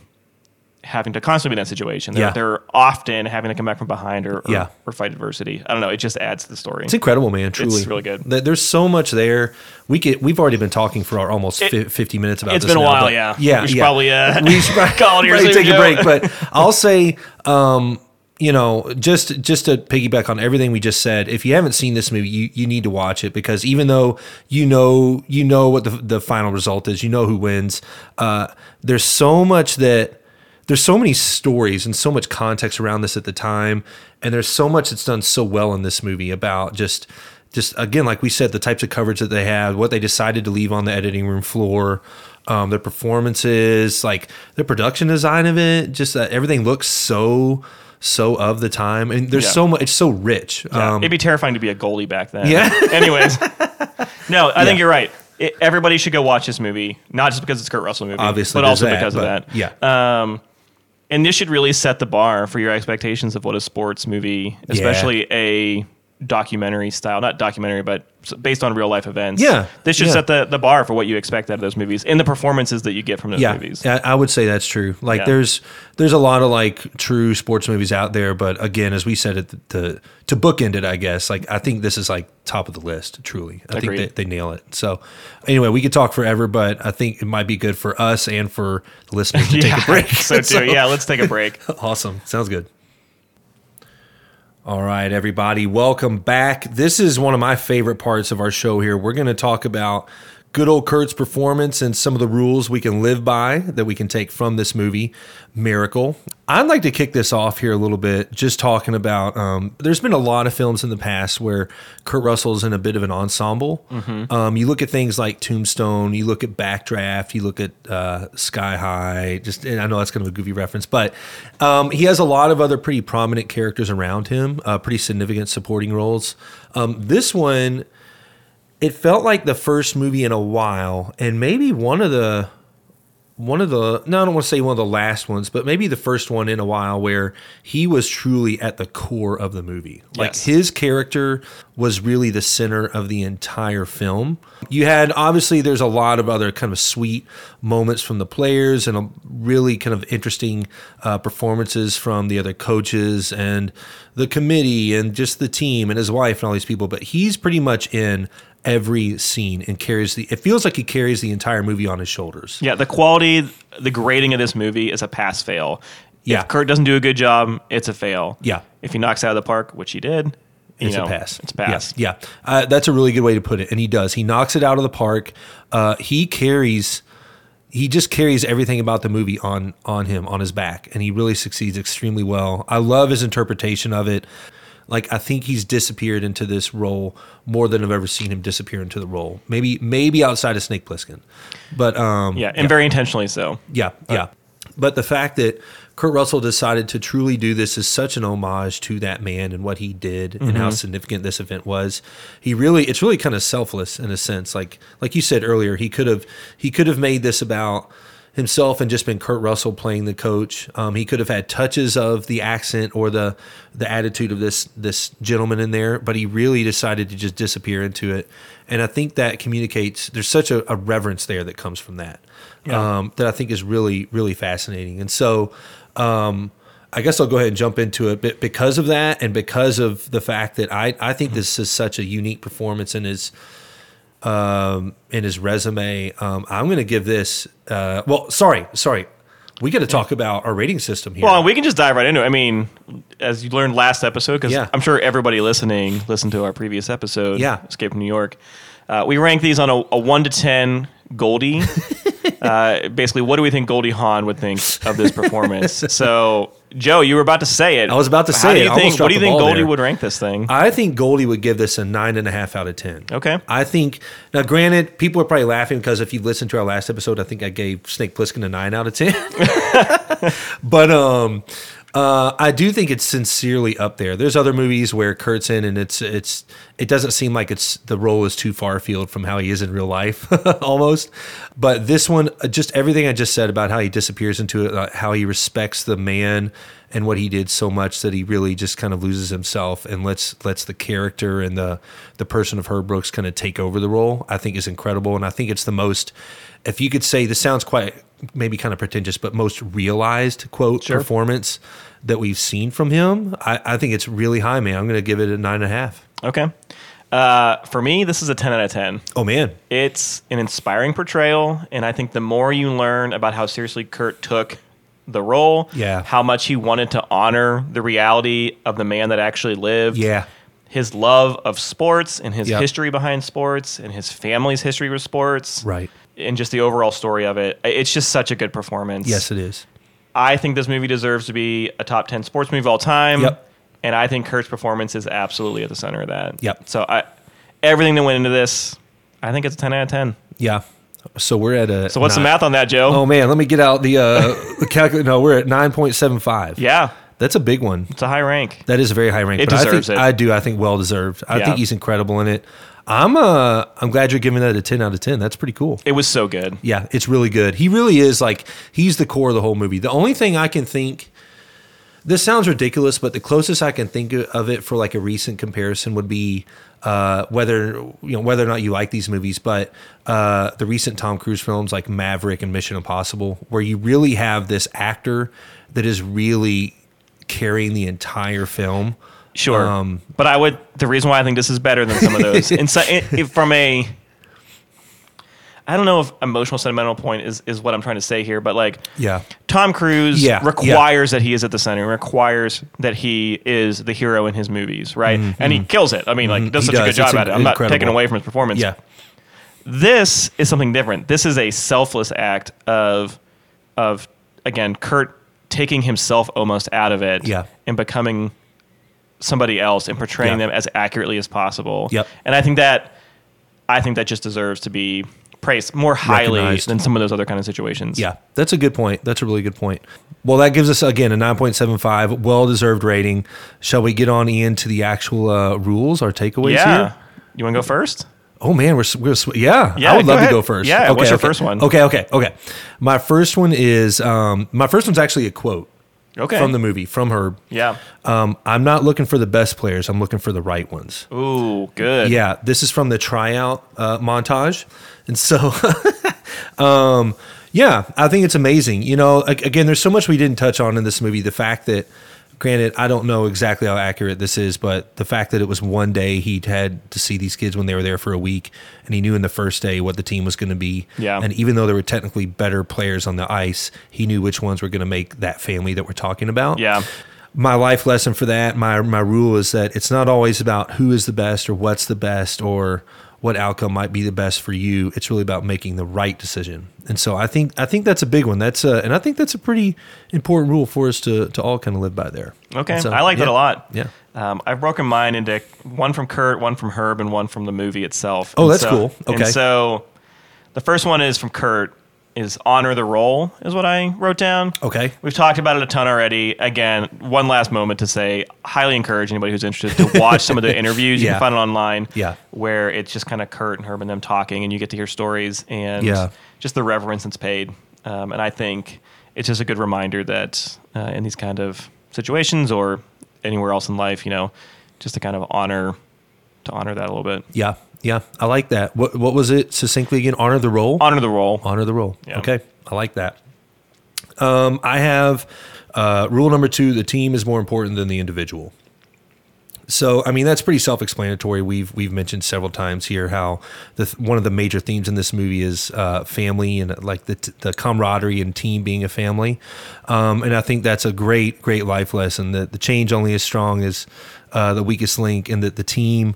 E: having to constantly be in that situation. They're,
D: Yeah.
E: they're often having to come back from behind or, or,
D: Yeah.
E: or fight adversity. I don't know. It just adds to the story.
D: It's incredible, man. Truly,
E: really good.
D: Th- There's so much there. We could. We've already been talking for our almost
E: It-
D: fi 50 minutes about.
E: it's
D: this
E: been a
D: now,
E: while,
D: but-
E: yeah.
D: Yeah.
E: We should
D: yeah.
E: probably, uh,
D: we should probably,
E: call it here
D: probably
E: soon,
D: take a
E: Joe.
D: break. But I'll say, um, you know, just just to piggyback on everything we just said, if you haven't seen this movie, you, you need to watch it because even though you know you know what the the final result is, you know who wins. Uh, there's so much that there's so many stories and so much context around this at the time and there's so much that's done so well in this movie about just just again like we said the types of coverage that they had what they decided to leave on the editing room floor um, their performances like the production design of it just that everything looks so so of the time and there's
E: Yeah.
D: so much it's so rich
E: Yeah.
D: um,
E: It'd be terrifying to be a goalie back then.
D: Yeah.
E: Anyways, no, I
D: Yeah.
E: think you're right. It, everybody should go watch this movie, not just because it's a Kurt Russell movie,
D: obviously
E: but
D: there's
E: also
D: that,
E: because
D: but
E: of that. uh,
D: yeah
E: And this should really set the bar for your expectations of what a sports movie, especially a documentary style, not documentary, but s- based on real life events.
D: Yeah.
E: This should
D: Yeah.
E: set the, the bar for what you expect out of those movies and the performances that you get from those
D: yeah,
E: movies.
D: I I would say that's true. Like
E: Yeah.
D: there's there's a lot of like true sports movies out there, but again, as we said, it the to bookend it, I guess. Like I think this is like top of the list. Truly, I
E: Agreed.
D: think they, they nail it. So anyway, we could talk forever, but I think it might be good for us and for the listeners to take a break.
E: so, too. yeah, let's take a break.
D: Awesome. Sounds good. All right, everybody, welcome back. This is one of my favorite parts of our show here. We're going to talk about good old Kurt's performance and some of the rules we can live by that we can take from this movie, Miracle. I'd like to kick this off here a little bit, just talking about um, there's been a lot of films in the past where Kurt Russell's in a bit of an ensemble. Um, you look at things like Tombstone, you look at Backdraft, you look at uh, Sky High. Just and I know that's kind of a goofy reference, but um, he has a lot of other pretty prominent characters around him, uh, pretty significant supporting roles. Um, this one, it felt like the first movie in a while, and maybe one of the one of the no, I don't want to say one of the last ones, but maybe the first one in a while where he was truly at the core of the movie. Like
E: Yes.
D: his character was really the center of the entire film. You had obviously there's a lot of other kind of sweet moments from the players and a really kind of interesting uh, performances from the other coaches and the committee and just the team and his wife and all these people. But he's pretty much in every scene and carries the. It feels like he carries the entire movie on his shoulders.
E: Yeah, the quality, the grading of this movie is a pass fail.
D: Yeah.
E: If Kurt doesn't do a good job, it's a fail.
D: Yeah.
E: If he knocks it out of the park, which he did, you
D: it's
E: know,
D: a pass.
E: It's a pass.
D: Yeah, yeah. Uh, that's a really good way to put it. And he does. He knocks it out of the park. Uh, he carries. He just carries everything about the movie on on him on his back, and he really succeeds extremely well. I love his interpretation of it. Like I think he's disappeared into this role more than I've ever seen him disappear into the role. Maybe maybe outside of Snake Plissken, but um,
E: Yeah, and very intentionally so.
D: yeah, yeah. But the fact that Kurt Russell decided to truly do this is such an homage to that man and what he did and how significant this event was. He really it's really kind of selfless in a sense. Like like you said earlier, he could have he could have made this about himself and just been Kurt Russell playing the coach. Um, he could have had touches of the accent or the the attitude of this this gentleman in there, but he really decided to just disappear into it. And I think that communicates. There's such a, a reverence there that comes from that um, that I think is really really fascinating. And so. Um, I guess I'll go ahead and jump into it, but because of that, and because of the fact that I, I think this is such a unique performance and is um, in his resume. Um, I'm going to give this. Uh, well, sorry, sorry. We got to talk about our rating system here.
E: Well, we can just dive right into it. I mean, as you learned last episode, because
D: Yeah.
E: I'm sure everybody listening listened to our previous episode,
D: Yeah.
E: Escape from New York. Uh, we rank these on a, a 1 to 10 Goldie. uh, basically, what do we think Goldie Hawn would think of this performance? so, Joe, you were about to say it.
D: I was about to
E: How
D: say
E: do
D: it.
E: you
D: I
E: Think,
D: almost
E: what
D: dropped
E: do you
D: the
E: think
D: ball
E: Goldie
D: there.
E: would rank this thing?
D: I think Goldie would give this a nine and a half out of ten.
E: Okay.
D: I think now, granted, people are probably laughing because if you listened to our last episode, I think I gave Snake Plissken a nine out of ten. but um, uh, I do think it's sincerely up there. There's other movies where Kurt's in, and it's it's it doesn't seem like it's the role is too far afield from how he is in real life, almost. But this one, uh, just everything I just said about how he disappears into it, uh, how he respects the man and what he did so much that he really just kind of loses himself and lets lets the character and the the person of Herb Brooks kind of take over the role. I think is incredible, and I think it's the most. If you could say this sounds quite maybe kind of pretentious, but most realized quote performance that we've seen from him, I, I think it's really high, man. I'm going to give it a nine and a half.
E: Okay. Uh, for me, this is a 10 out of 10.
D: Oh man,
E: It's an inspiring portrayal, and I think the more you learn about how seriously Kurt took the role,
D: Yeah.
E: how much he wanted to honor the reality of the man that actually lived,
D: Yeah.
E: his love of sports and his
D: Yep.
E: history behind sports and his family's history with sports,
D: right?
E: and just the overall story of it. I- It's just such a good performance.
D: Yes, it is.
E: I think this movie deserves to be a top 10 sports movie of all time.
D: Yep.
E: And I think Kurt's performance is absolutely at the center of that.
D: Yep.
E: So I, everything that went into this, I think it's a 10 out of 10.
D: Yeah. So we're at a.
E: So what's the math on that, Joe?
D: Oh man, let me get out the uh, the calculator. No, we're at nine point seven five.
E: Yeah,
D: that's a big one.
E: it's a high rank.
D: That is a very high rank.
E: It
D: but
E: deserves
D: I
E: it.
D: think, I do. I think well deserved. I
E: Yeah.
D: think he's incredible in it. I'm uh I'm glad you're giving that a ten out of ten. That's pretty cool.
E: It was so good.
D: Yeah, it's really good. He really is like he's the core of the whole movie. The only thing I can think this sounds ridiculous, but the closest I can think of it for like a recent comparison would be uh, whether you know whether or not you like these movies, but uh, the recent Tom Cruise films like Maverick and Mission Impossible, where you really have this actor that is really carrying the entire film.
E: Sure,
D: Um,
E: but I would. The reason why I think this is better than some of those, and so, it, it- from a, I don't know if emotional sentimental point is is what I'm trying to say here, but like
D: Yeah,
E: Tom Cruise
D: Yeah,
E: requires that he is at the center, requires that he is the hero in his movies, right? And he kills it. I mean, like does
D: Mm-hmm, He
E: such a
D: does.
E: good job
D: It's
E: at it. I'm not
D: incredible.
E: taking away from his performance.
D: yeah,
E: this is something different. This is a selfless act of of again Kurt taking himself almost out of it
D: Yeah.
E: and becoming somebody else and portraying
D: Yeah.
E: them as accurately as possible.
D: Yep.
E: And I think that I think that just deserves to be praised more highly
D: Recognized.
E: than some of those other kind of situations.
D: yeah. That's a good point. That's a really good point. Well, that gives us again a nine point seven five, well deserved rating. Shall we get on into the actual uh, rules, our takeaways
E: Yeah.
D: here?
E: You want to go first?
D: Oh man, we're s- we're s- yeah.
E: Yeah,
D: I would
E: go
D: love
E: ahead.
D: to go first.
E: Yeah, what's your
D: okay.
E: first one?
D: Okay, okay, okay. My first one is um, my first one's actually a quote
E: Okay.
D: from the movie from Herb.
E: Yeah.
D: Um, I'm not looking for the best players. I'm looking for the right ones.
E: Ooh, good.
D: Yeah, this is from the tryout uh, montage, and so, um, yeah, I think it's amazing. You know, a- again, there's so much we didn't touch on in this movie. The fact that, granted, I don't know exactly how accurate this is, but the fact that it was one day he had to see these kids when they were there for a week, and he knew in the first day what the team was going to be.
E: Yeah.
D: and even though there were technically better players on the ice, he knew which ones were going to make that family that we're talking about
E: Yeah.
D: my life lesson for that, my my rule is that it's not always about who is the best or what's the best or what outcome might be the best for you. It's really about making the right decision. And so I think I think that's a big one. That's a, and I think that's a pretty important rule for us to to all kind of live by there.
E: Okay,
D: And so,
E: I like that
D: yeah.
E: a lot.
D: Yeah.
E: um, I've broken mine into one from Kurt, one from Herb, and one from the movie itself.
D: Oh,
E: And
D: that's
E: so-
D: cool. Okay.
E: and so the first one is from Kurt. Is honor the role is what I wrote down.
D: Okay.
E: we've talked about it a ton already. Again, one last moment to say, highly encourage anybody who's interested to watch some of the interviews. You
D: Yeah.
E: can find it online.
D: Yeah.
E: where it's just kind of Kurt and Herb and them talking, and you get to hear stories and
D: Yeah.
E: just the reverence that's paid. Um, and I think it's just a good reminder that uh, in these kind of situations or anywhere else in life, you know, just to kind of honor to honor that a little bit.
D: Yeah, yeah, I like that. What what was it succinctly again? Honor the role.
E: Honor the role.
D: Honor the role.
E: Yeah.
D: Okay, I like that. Um, I have uh, rule number two: the team is more important than the individual. So, I mean, that's pretty self-explanatory. We've we've mentioned several times here how the th- one of the major themes in this movie is uh, family and uh, like the t- the camaraderie and team being a family. Um, and I think that's a great great life lesson that the change only as strong as uh, the weakest link, and that the team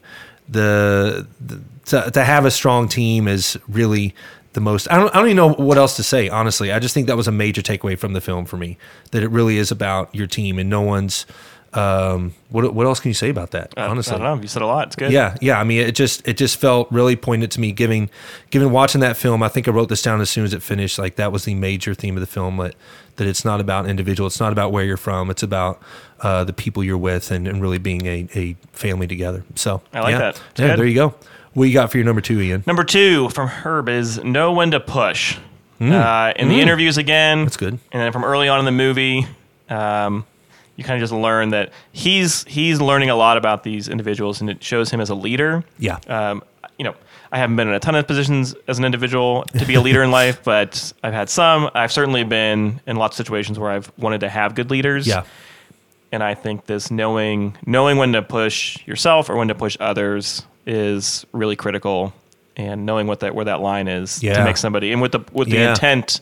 D: the, the to, to have a strong team is really the most I don't, I don't even know what else to say honestly i just think that was a major takeaway from the film for me that it really is about your team and no one's um what what else can you say about that honestly
E: I don't know. You said a lot. It's good.
D: yeah yeah i mean it just it just felt really poignant to me giving giving watching that film i think i wrote this down as soon as it finished like that was the major theme of the film that that it's not about individual it's not about where you're from it's about uh, the people you're with and, and really being a, a family together so
E: I like
D: yeah.
E: that. It's
D: yeah
E: good.
D: there you go what you got for your number two ian
E: Number two from Herb is know when to push. Uh, in the interviews again,
D: Hmm. That's good.
E: And then from early on in the movie, um, you kind of just learn that he's he's learning a lot about these individuals, and it shows him as a leader.
D: Yeah.
E: Um, you know, I haven't been in a ton of positions as an individual to be a leader in life, but I've had some. I've certainly been in lots of situations where I've wanted to have good leaders.
D: yeah
E: and I think this knowing knowing when to push yourself or when to push others is really critical, and knowing what that where that line is
D: Yeah.
E: to make somebody and with the with the
D: Yeah.
E: intent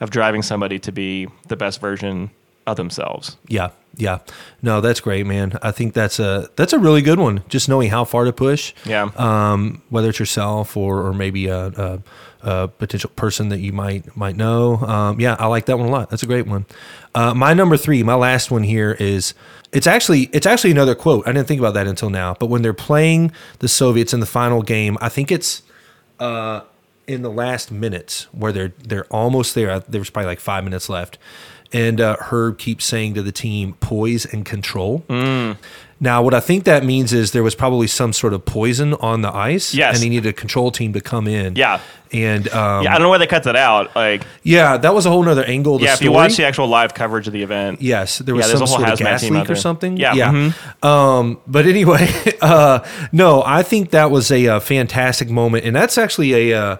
E: of driving somebody to be the best version of themselves.
D: Yeah, yeah. No, that's great, man. I think that's a that's a really good one. Just knowing how far to push.
E: Yeah.
D: Um, whether it's yourself or or maybe a, a, a potential person that you might might know. Um, yeah, I like that one a lot. That's a great one. Uh, my number three, my last one here is it's actually it's actually another quote. I didn't think about that until now. But when they're playing the Soviets in the final game, I think it's in the last minutes where they're they're almost there. There was probably like five minutes left, and uh, Herb keeps saying to the team, "Poise and control."
E: Mm.
D: Now, what I think that means is there was probably some sort of poison on the ice,
E: Yes.
D: and he needed a control team to come in.
E: Yeah.
D: and um,
E: Yeah, I
D: yeah,
E: don't know why they cut that out. Like,
D: that was a whole nother angle. To
E: yeah, if you
D: story.
E: watch the actual live coverage of the event,
D: Yes, there
E: Yeah,
D: was
E: there's
D: some
E: a whole
D: sort of
E: hazmat
D: gas
E: team out
D: leak or
E: there.
D: something.
E: Yeah, Mm-hmm.
D: Um, but anyway, uh, no, I think that was a, uh fantastic moment, and that's actually a uh,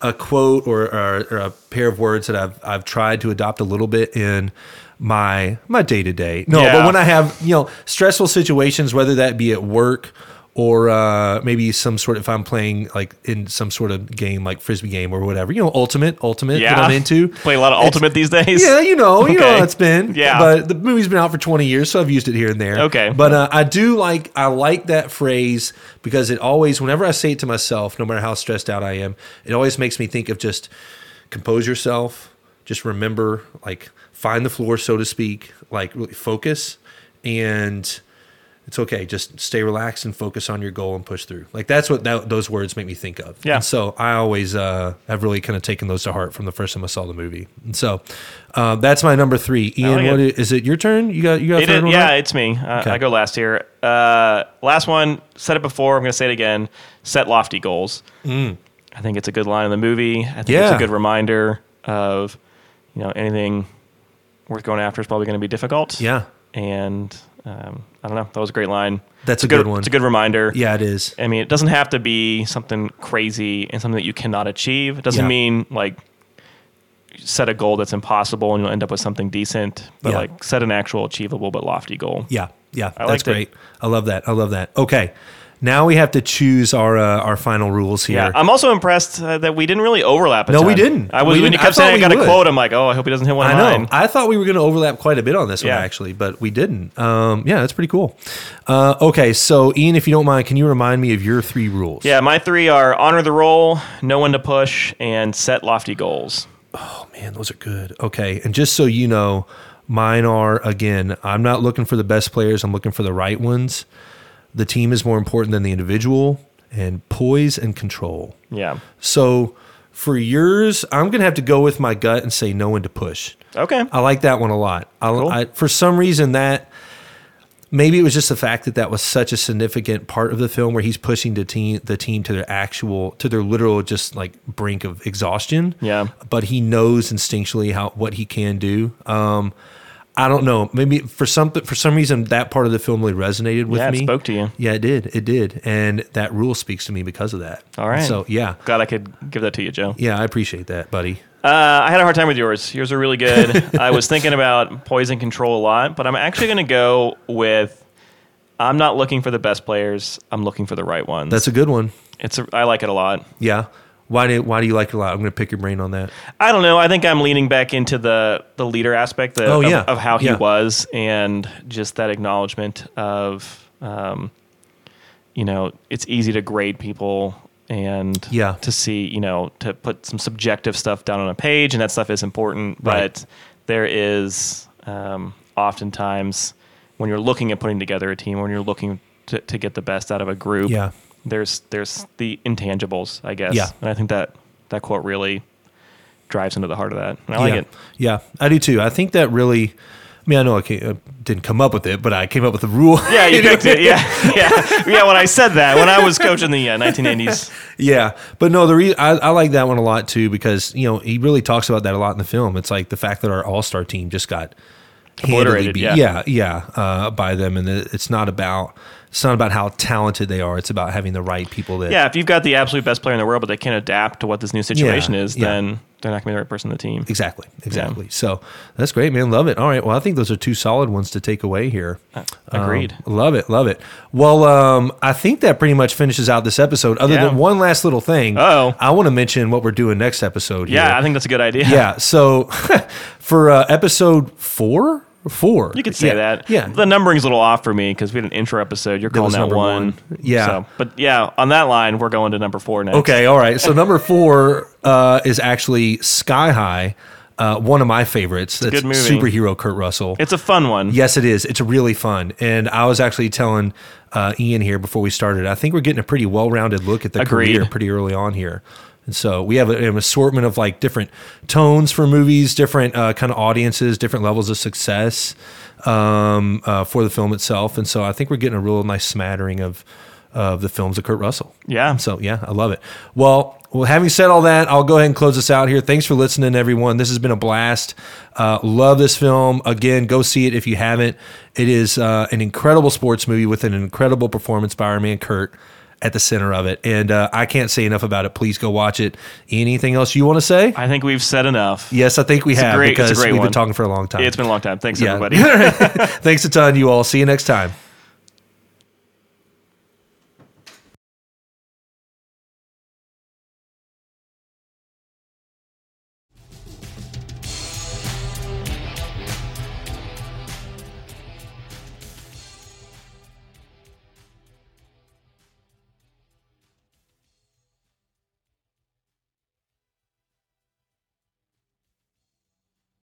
D: a quote or, or, or a pair of words that I've I've tried to adopt a little bit in my my day to day. No,
E: Yeah.
D: but when I have you know stressful situations, whether that be at work. Or uh, maybe some sort of if I'm playing like in some sort of game like frisbee game or whatever you know ultimate ultimate
E: yeah,
D: that I'm into
E: play a lot of
D: It's-
E: ultimate these days.
D: yeah, you know, you know
E: Okay.
D: how it's been.
E: Yeah.
D: but the movie's been out for twenty years, so I've used it here and there.
E: Okay.
D: but uh, I do like I like that phrase because it always, whenever I say it to myself, no matter how stressed out I am, it always makes me think of just compose yourself, just remember, like find the floor, so to speak, like really focus, and it's okay. Just stay relaxed and focus on your goal and push through. Like that's what that, those words make me think of.
E: Yeah.
D: And so I always uh, have really kind of taken those to heart from the first time I saw the movie. And so uh, that's my number three. Ian,
E: like
D: what
E: it.
D: is, is it? Your turn? You got you got a
E: It
D: third
E: is-
D: one?
E: yeah,
D: right?
E: it's me. Uh,
D: Okay.
E: I go last here. Uh, last one, said it before. I'm going to say it again. Set lofty goals. I think it's a good line in the movie. I think it's
D: Mm. Yeah.
E: a good reminder of, you know, anything worth going after is probably going to be difficult.
D: yeah,
E: And um, I don't know. That was a great line.
D: That's
E: It's
D: a good one.
E: It's a good reminder.
D: yeah. It is.
E: I mean, it doesn't have to be something crazy and something that you cannot achieve. It doesn't
D: Yeah.
E: mean like set a goal that's impossible and you'll end up with something decent, but
D: Yeah.
E: like set an actual achievable but lofty goal.
D: Yeah, yeah,
E: I
D: that's
E: liked it.
D: great. I love that. I love that. Okay, now we have to choose our uh, our final rules here.
E: Yeah, I'm also impressed uh, that we didn't really overlap. A
D: No,
E: ton.
D: we didn't.
E: I was
D: We
E: when you
D: didn't- I
E: kept
D: thought
E: saying I
D: we
E: got
D: would.
E: a quote. I'm like, oh, I hope he doesn't hit one of
D: I know.
E: mine.
D: I thought we were going to overlap quite a bit on this
E: Yeah.
D: one, actually, but we didn't. Um, yeah, that's pretty cool. Uh, okay, so Ian, if you don't mind, can you remind me of your three rules?
E: yeah, my three are honor the role, know when to push, and set lofty goals.
D: Man, those are good. Okay, and just so you know, mine are again. I'm not looking for the best players. I'm looking for the right ones. The team is more important than the individual, and poise and control.
E: Yeah.
D: So for yours, I'm gonna have to go with my gut and say no one to push.
E: Okay.
D: I like that one a lot. I, I- for some reason that maybe it was just the fact that that was such a significant part of the film where he's pushing the team the team to their actual to their literal just like brink of exhaustion.
E: Yeah.
D: But he knows instinctually how what he can do. Um I don't know. Maybe for some for some reason that part of the film really resonated with
E: Yeah, it
D: me.
E: spoke to you.
D: Yeah, it did. It did. And that rule speaks to me because of that.
E: All right.
D: So yeah.
E: Glad I could give that to you, Joe.
D: Yeah, I appreciate that, buddy.
E: Uh, I had a hard time with yours. Yours are really good. I was thinking about poison control a lot, but I'm actually going to go with. I'm not looking for the best players. I'm looking for the right ones.
D: That's a good one.
E: it's. A, I like it a lot.
D: Yeah. Why do why do you like it a lot? I'm gonna pick your brain on that.
E: I don't know. I think I'm leaning back into the the leader aspect the,
D: Oh,
E: of,
D: yeah.
E: of how he
D: Yeah.
E: was and just that acknowledgement of, um, you know, it's easy to grade people and
D: Yeah.
E: to see, you know, to put some subjective stuff down on a page and that stuff is important.
D: Right.
E: But there is um, oftentimes when you're looking at putting together a team, when you're looking to, to get the best out of a group,
D: Yeah.
E: there's there's the intangibles, I guess.
D: Yeah.
E: And I think that that quote really drives into the heart of that. And I
D: yeah.
E: like it.
D: Yeah, I do too. I think that really. I mean, I know I, ca- I didn't come up with it, but I came up with the rule.
E: Yeah, you picked it. Yeah, yeah, yeah. When I said that, when I was coaching the uh, 1980s,
D: Yeah, but no, the re- I, I like that one a lot too because you know he really talks about that a lot in the film. It's like the fact that our all star team just got handily
E: Obliterated,
D: beat-
E: yeah.
D: yeah, yeah, uh, by them, and it- it's not about it's not about how talented they are. It's about having the right people that
E: yeah, if you've got the absolute best player in the world, but they can't adapt to what this new situation is,
D: yeah.
E: then they're not going to be the right person on the team.
D: Exactly. Exactly. So that's great, man. Love it. All right. Well, I think those are two solid ones to take away here.
E: Uh, agreed.
D: Um, love it. Love it. Well, um, I think that pretty much finishes out this episode. Other
E: Yeah.
D: than one last little thing,
E: Uh-oh.
D: I want to mention what we're doing next episode.
E: Yeah,
D: here.
E: I think that's a good idea.
D: yeah. So for uh, episode four, four,
E: You could say
D: Yeah.
E: that.
D: Yeah.
E: The numbering's a little off for me because we had an intro episode. You're calling
D: was
E: that,
D: number
E: one.
D: one. Yeah.
E: but yeah, on that line, we're going to number four next.
D: Okay, all right. So number four uh, is actually Sky High, uh, one of my favorites. That's
E: good movie.
D: superhero Kurt Russell.
E: It's a fun one.
D: Yes, it is. It's really fun. And I was actually telling uh, Ian here before we started, I think we're getting a pretty well rounded look at the
E: Agreed.
D: career pretty early on here. And so we have a- an assortment of like different tones for movies, different uh, kind of audiences, different levels of success um, uh, for the film itself. And so I think we're getting a real nice smattering of of the films of Kurt Russell.
E: Yeah.
D: So yeah, I love it. Well, well, having said all that, I'll go ahead and close this out here. Thanks for listening, everyone. This has been a blast. Uh, love this film. Again, go see it if you haven't. It is uh, an incredible sports movie with an incredible performance by our man Kurt at the center of it. And uh, I can't say enough about it. Please go watch it. Anything else you want to say?
E: I think we've said enough.
D: yes, I think we
E: a
D: have
E: great- it's a
D: because
E: great
D: we've
E: one.
D: been talking for a long time.
E: It's been a long time. Thanks,
D: Yeah.
E: everybody.
D: Thanks a ton, you all. See you next time.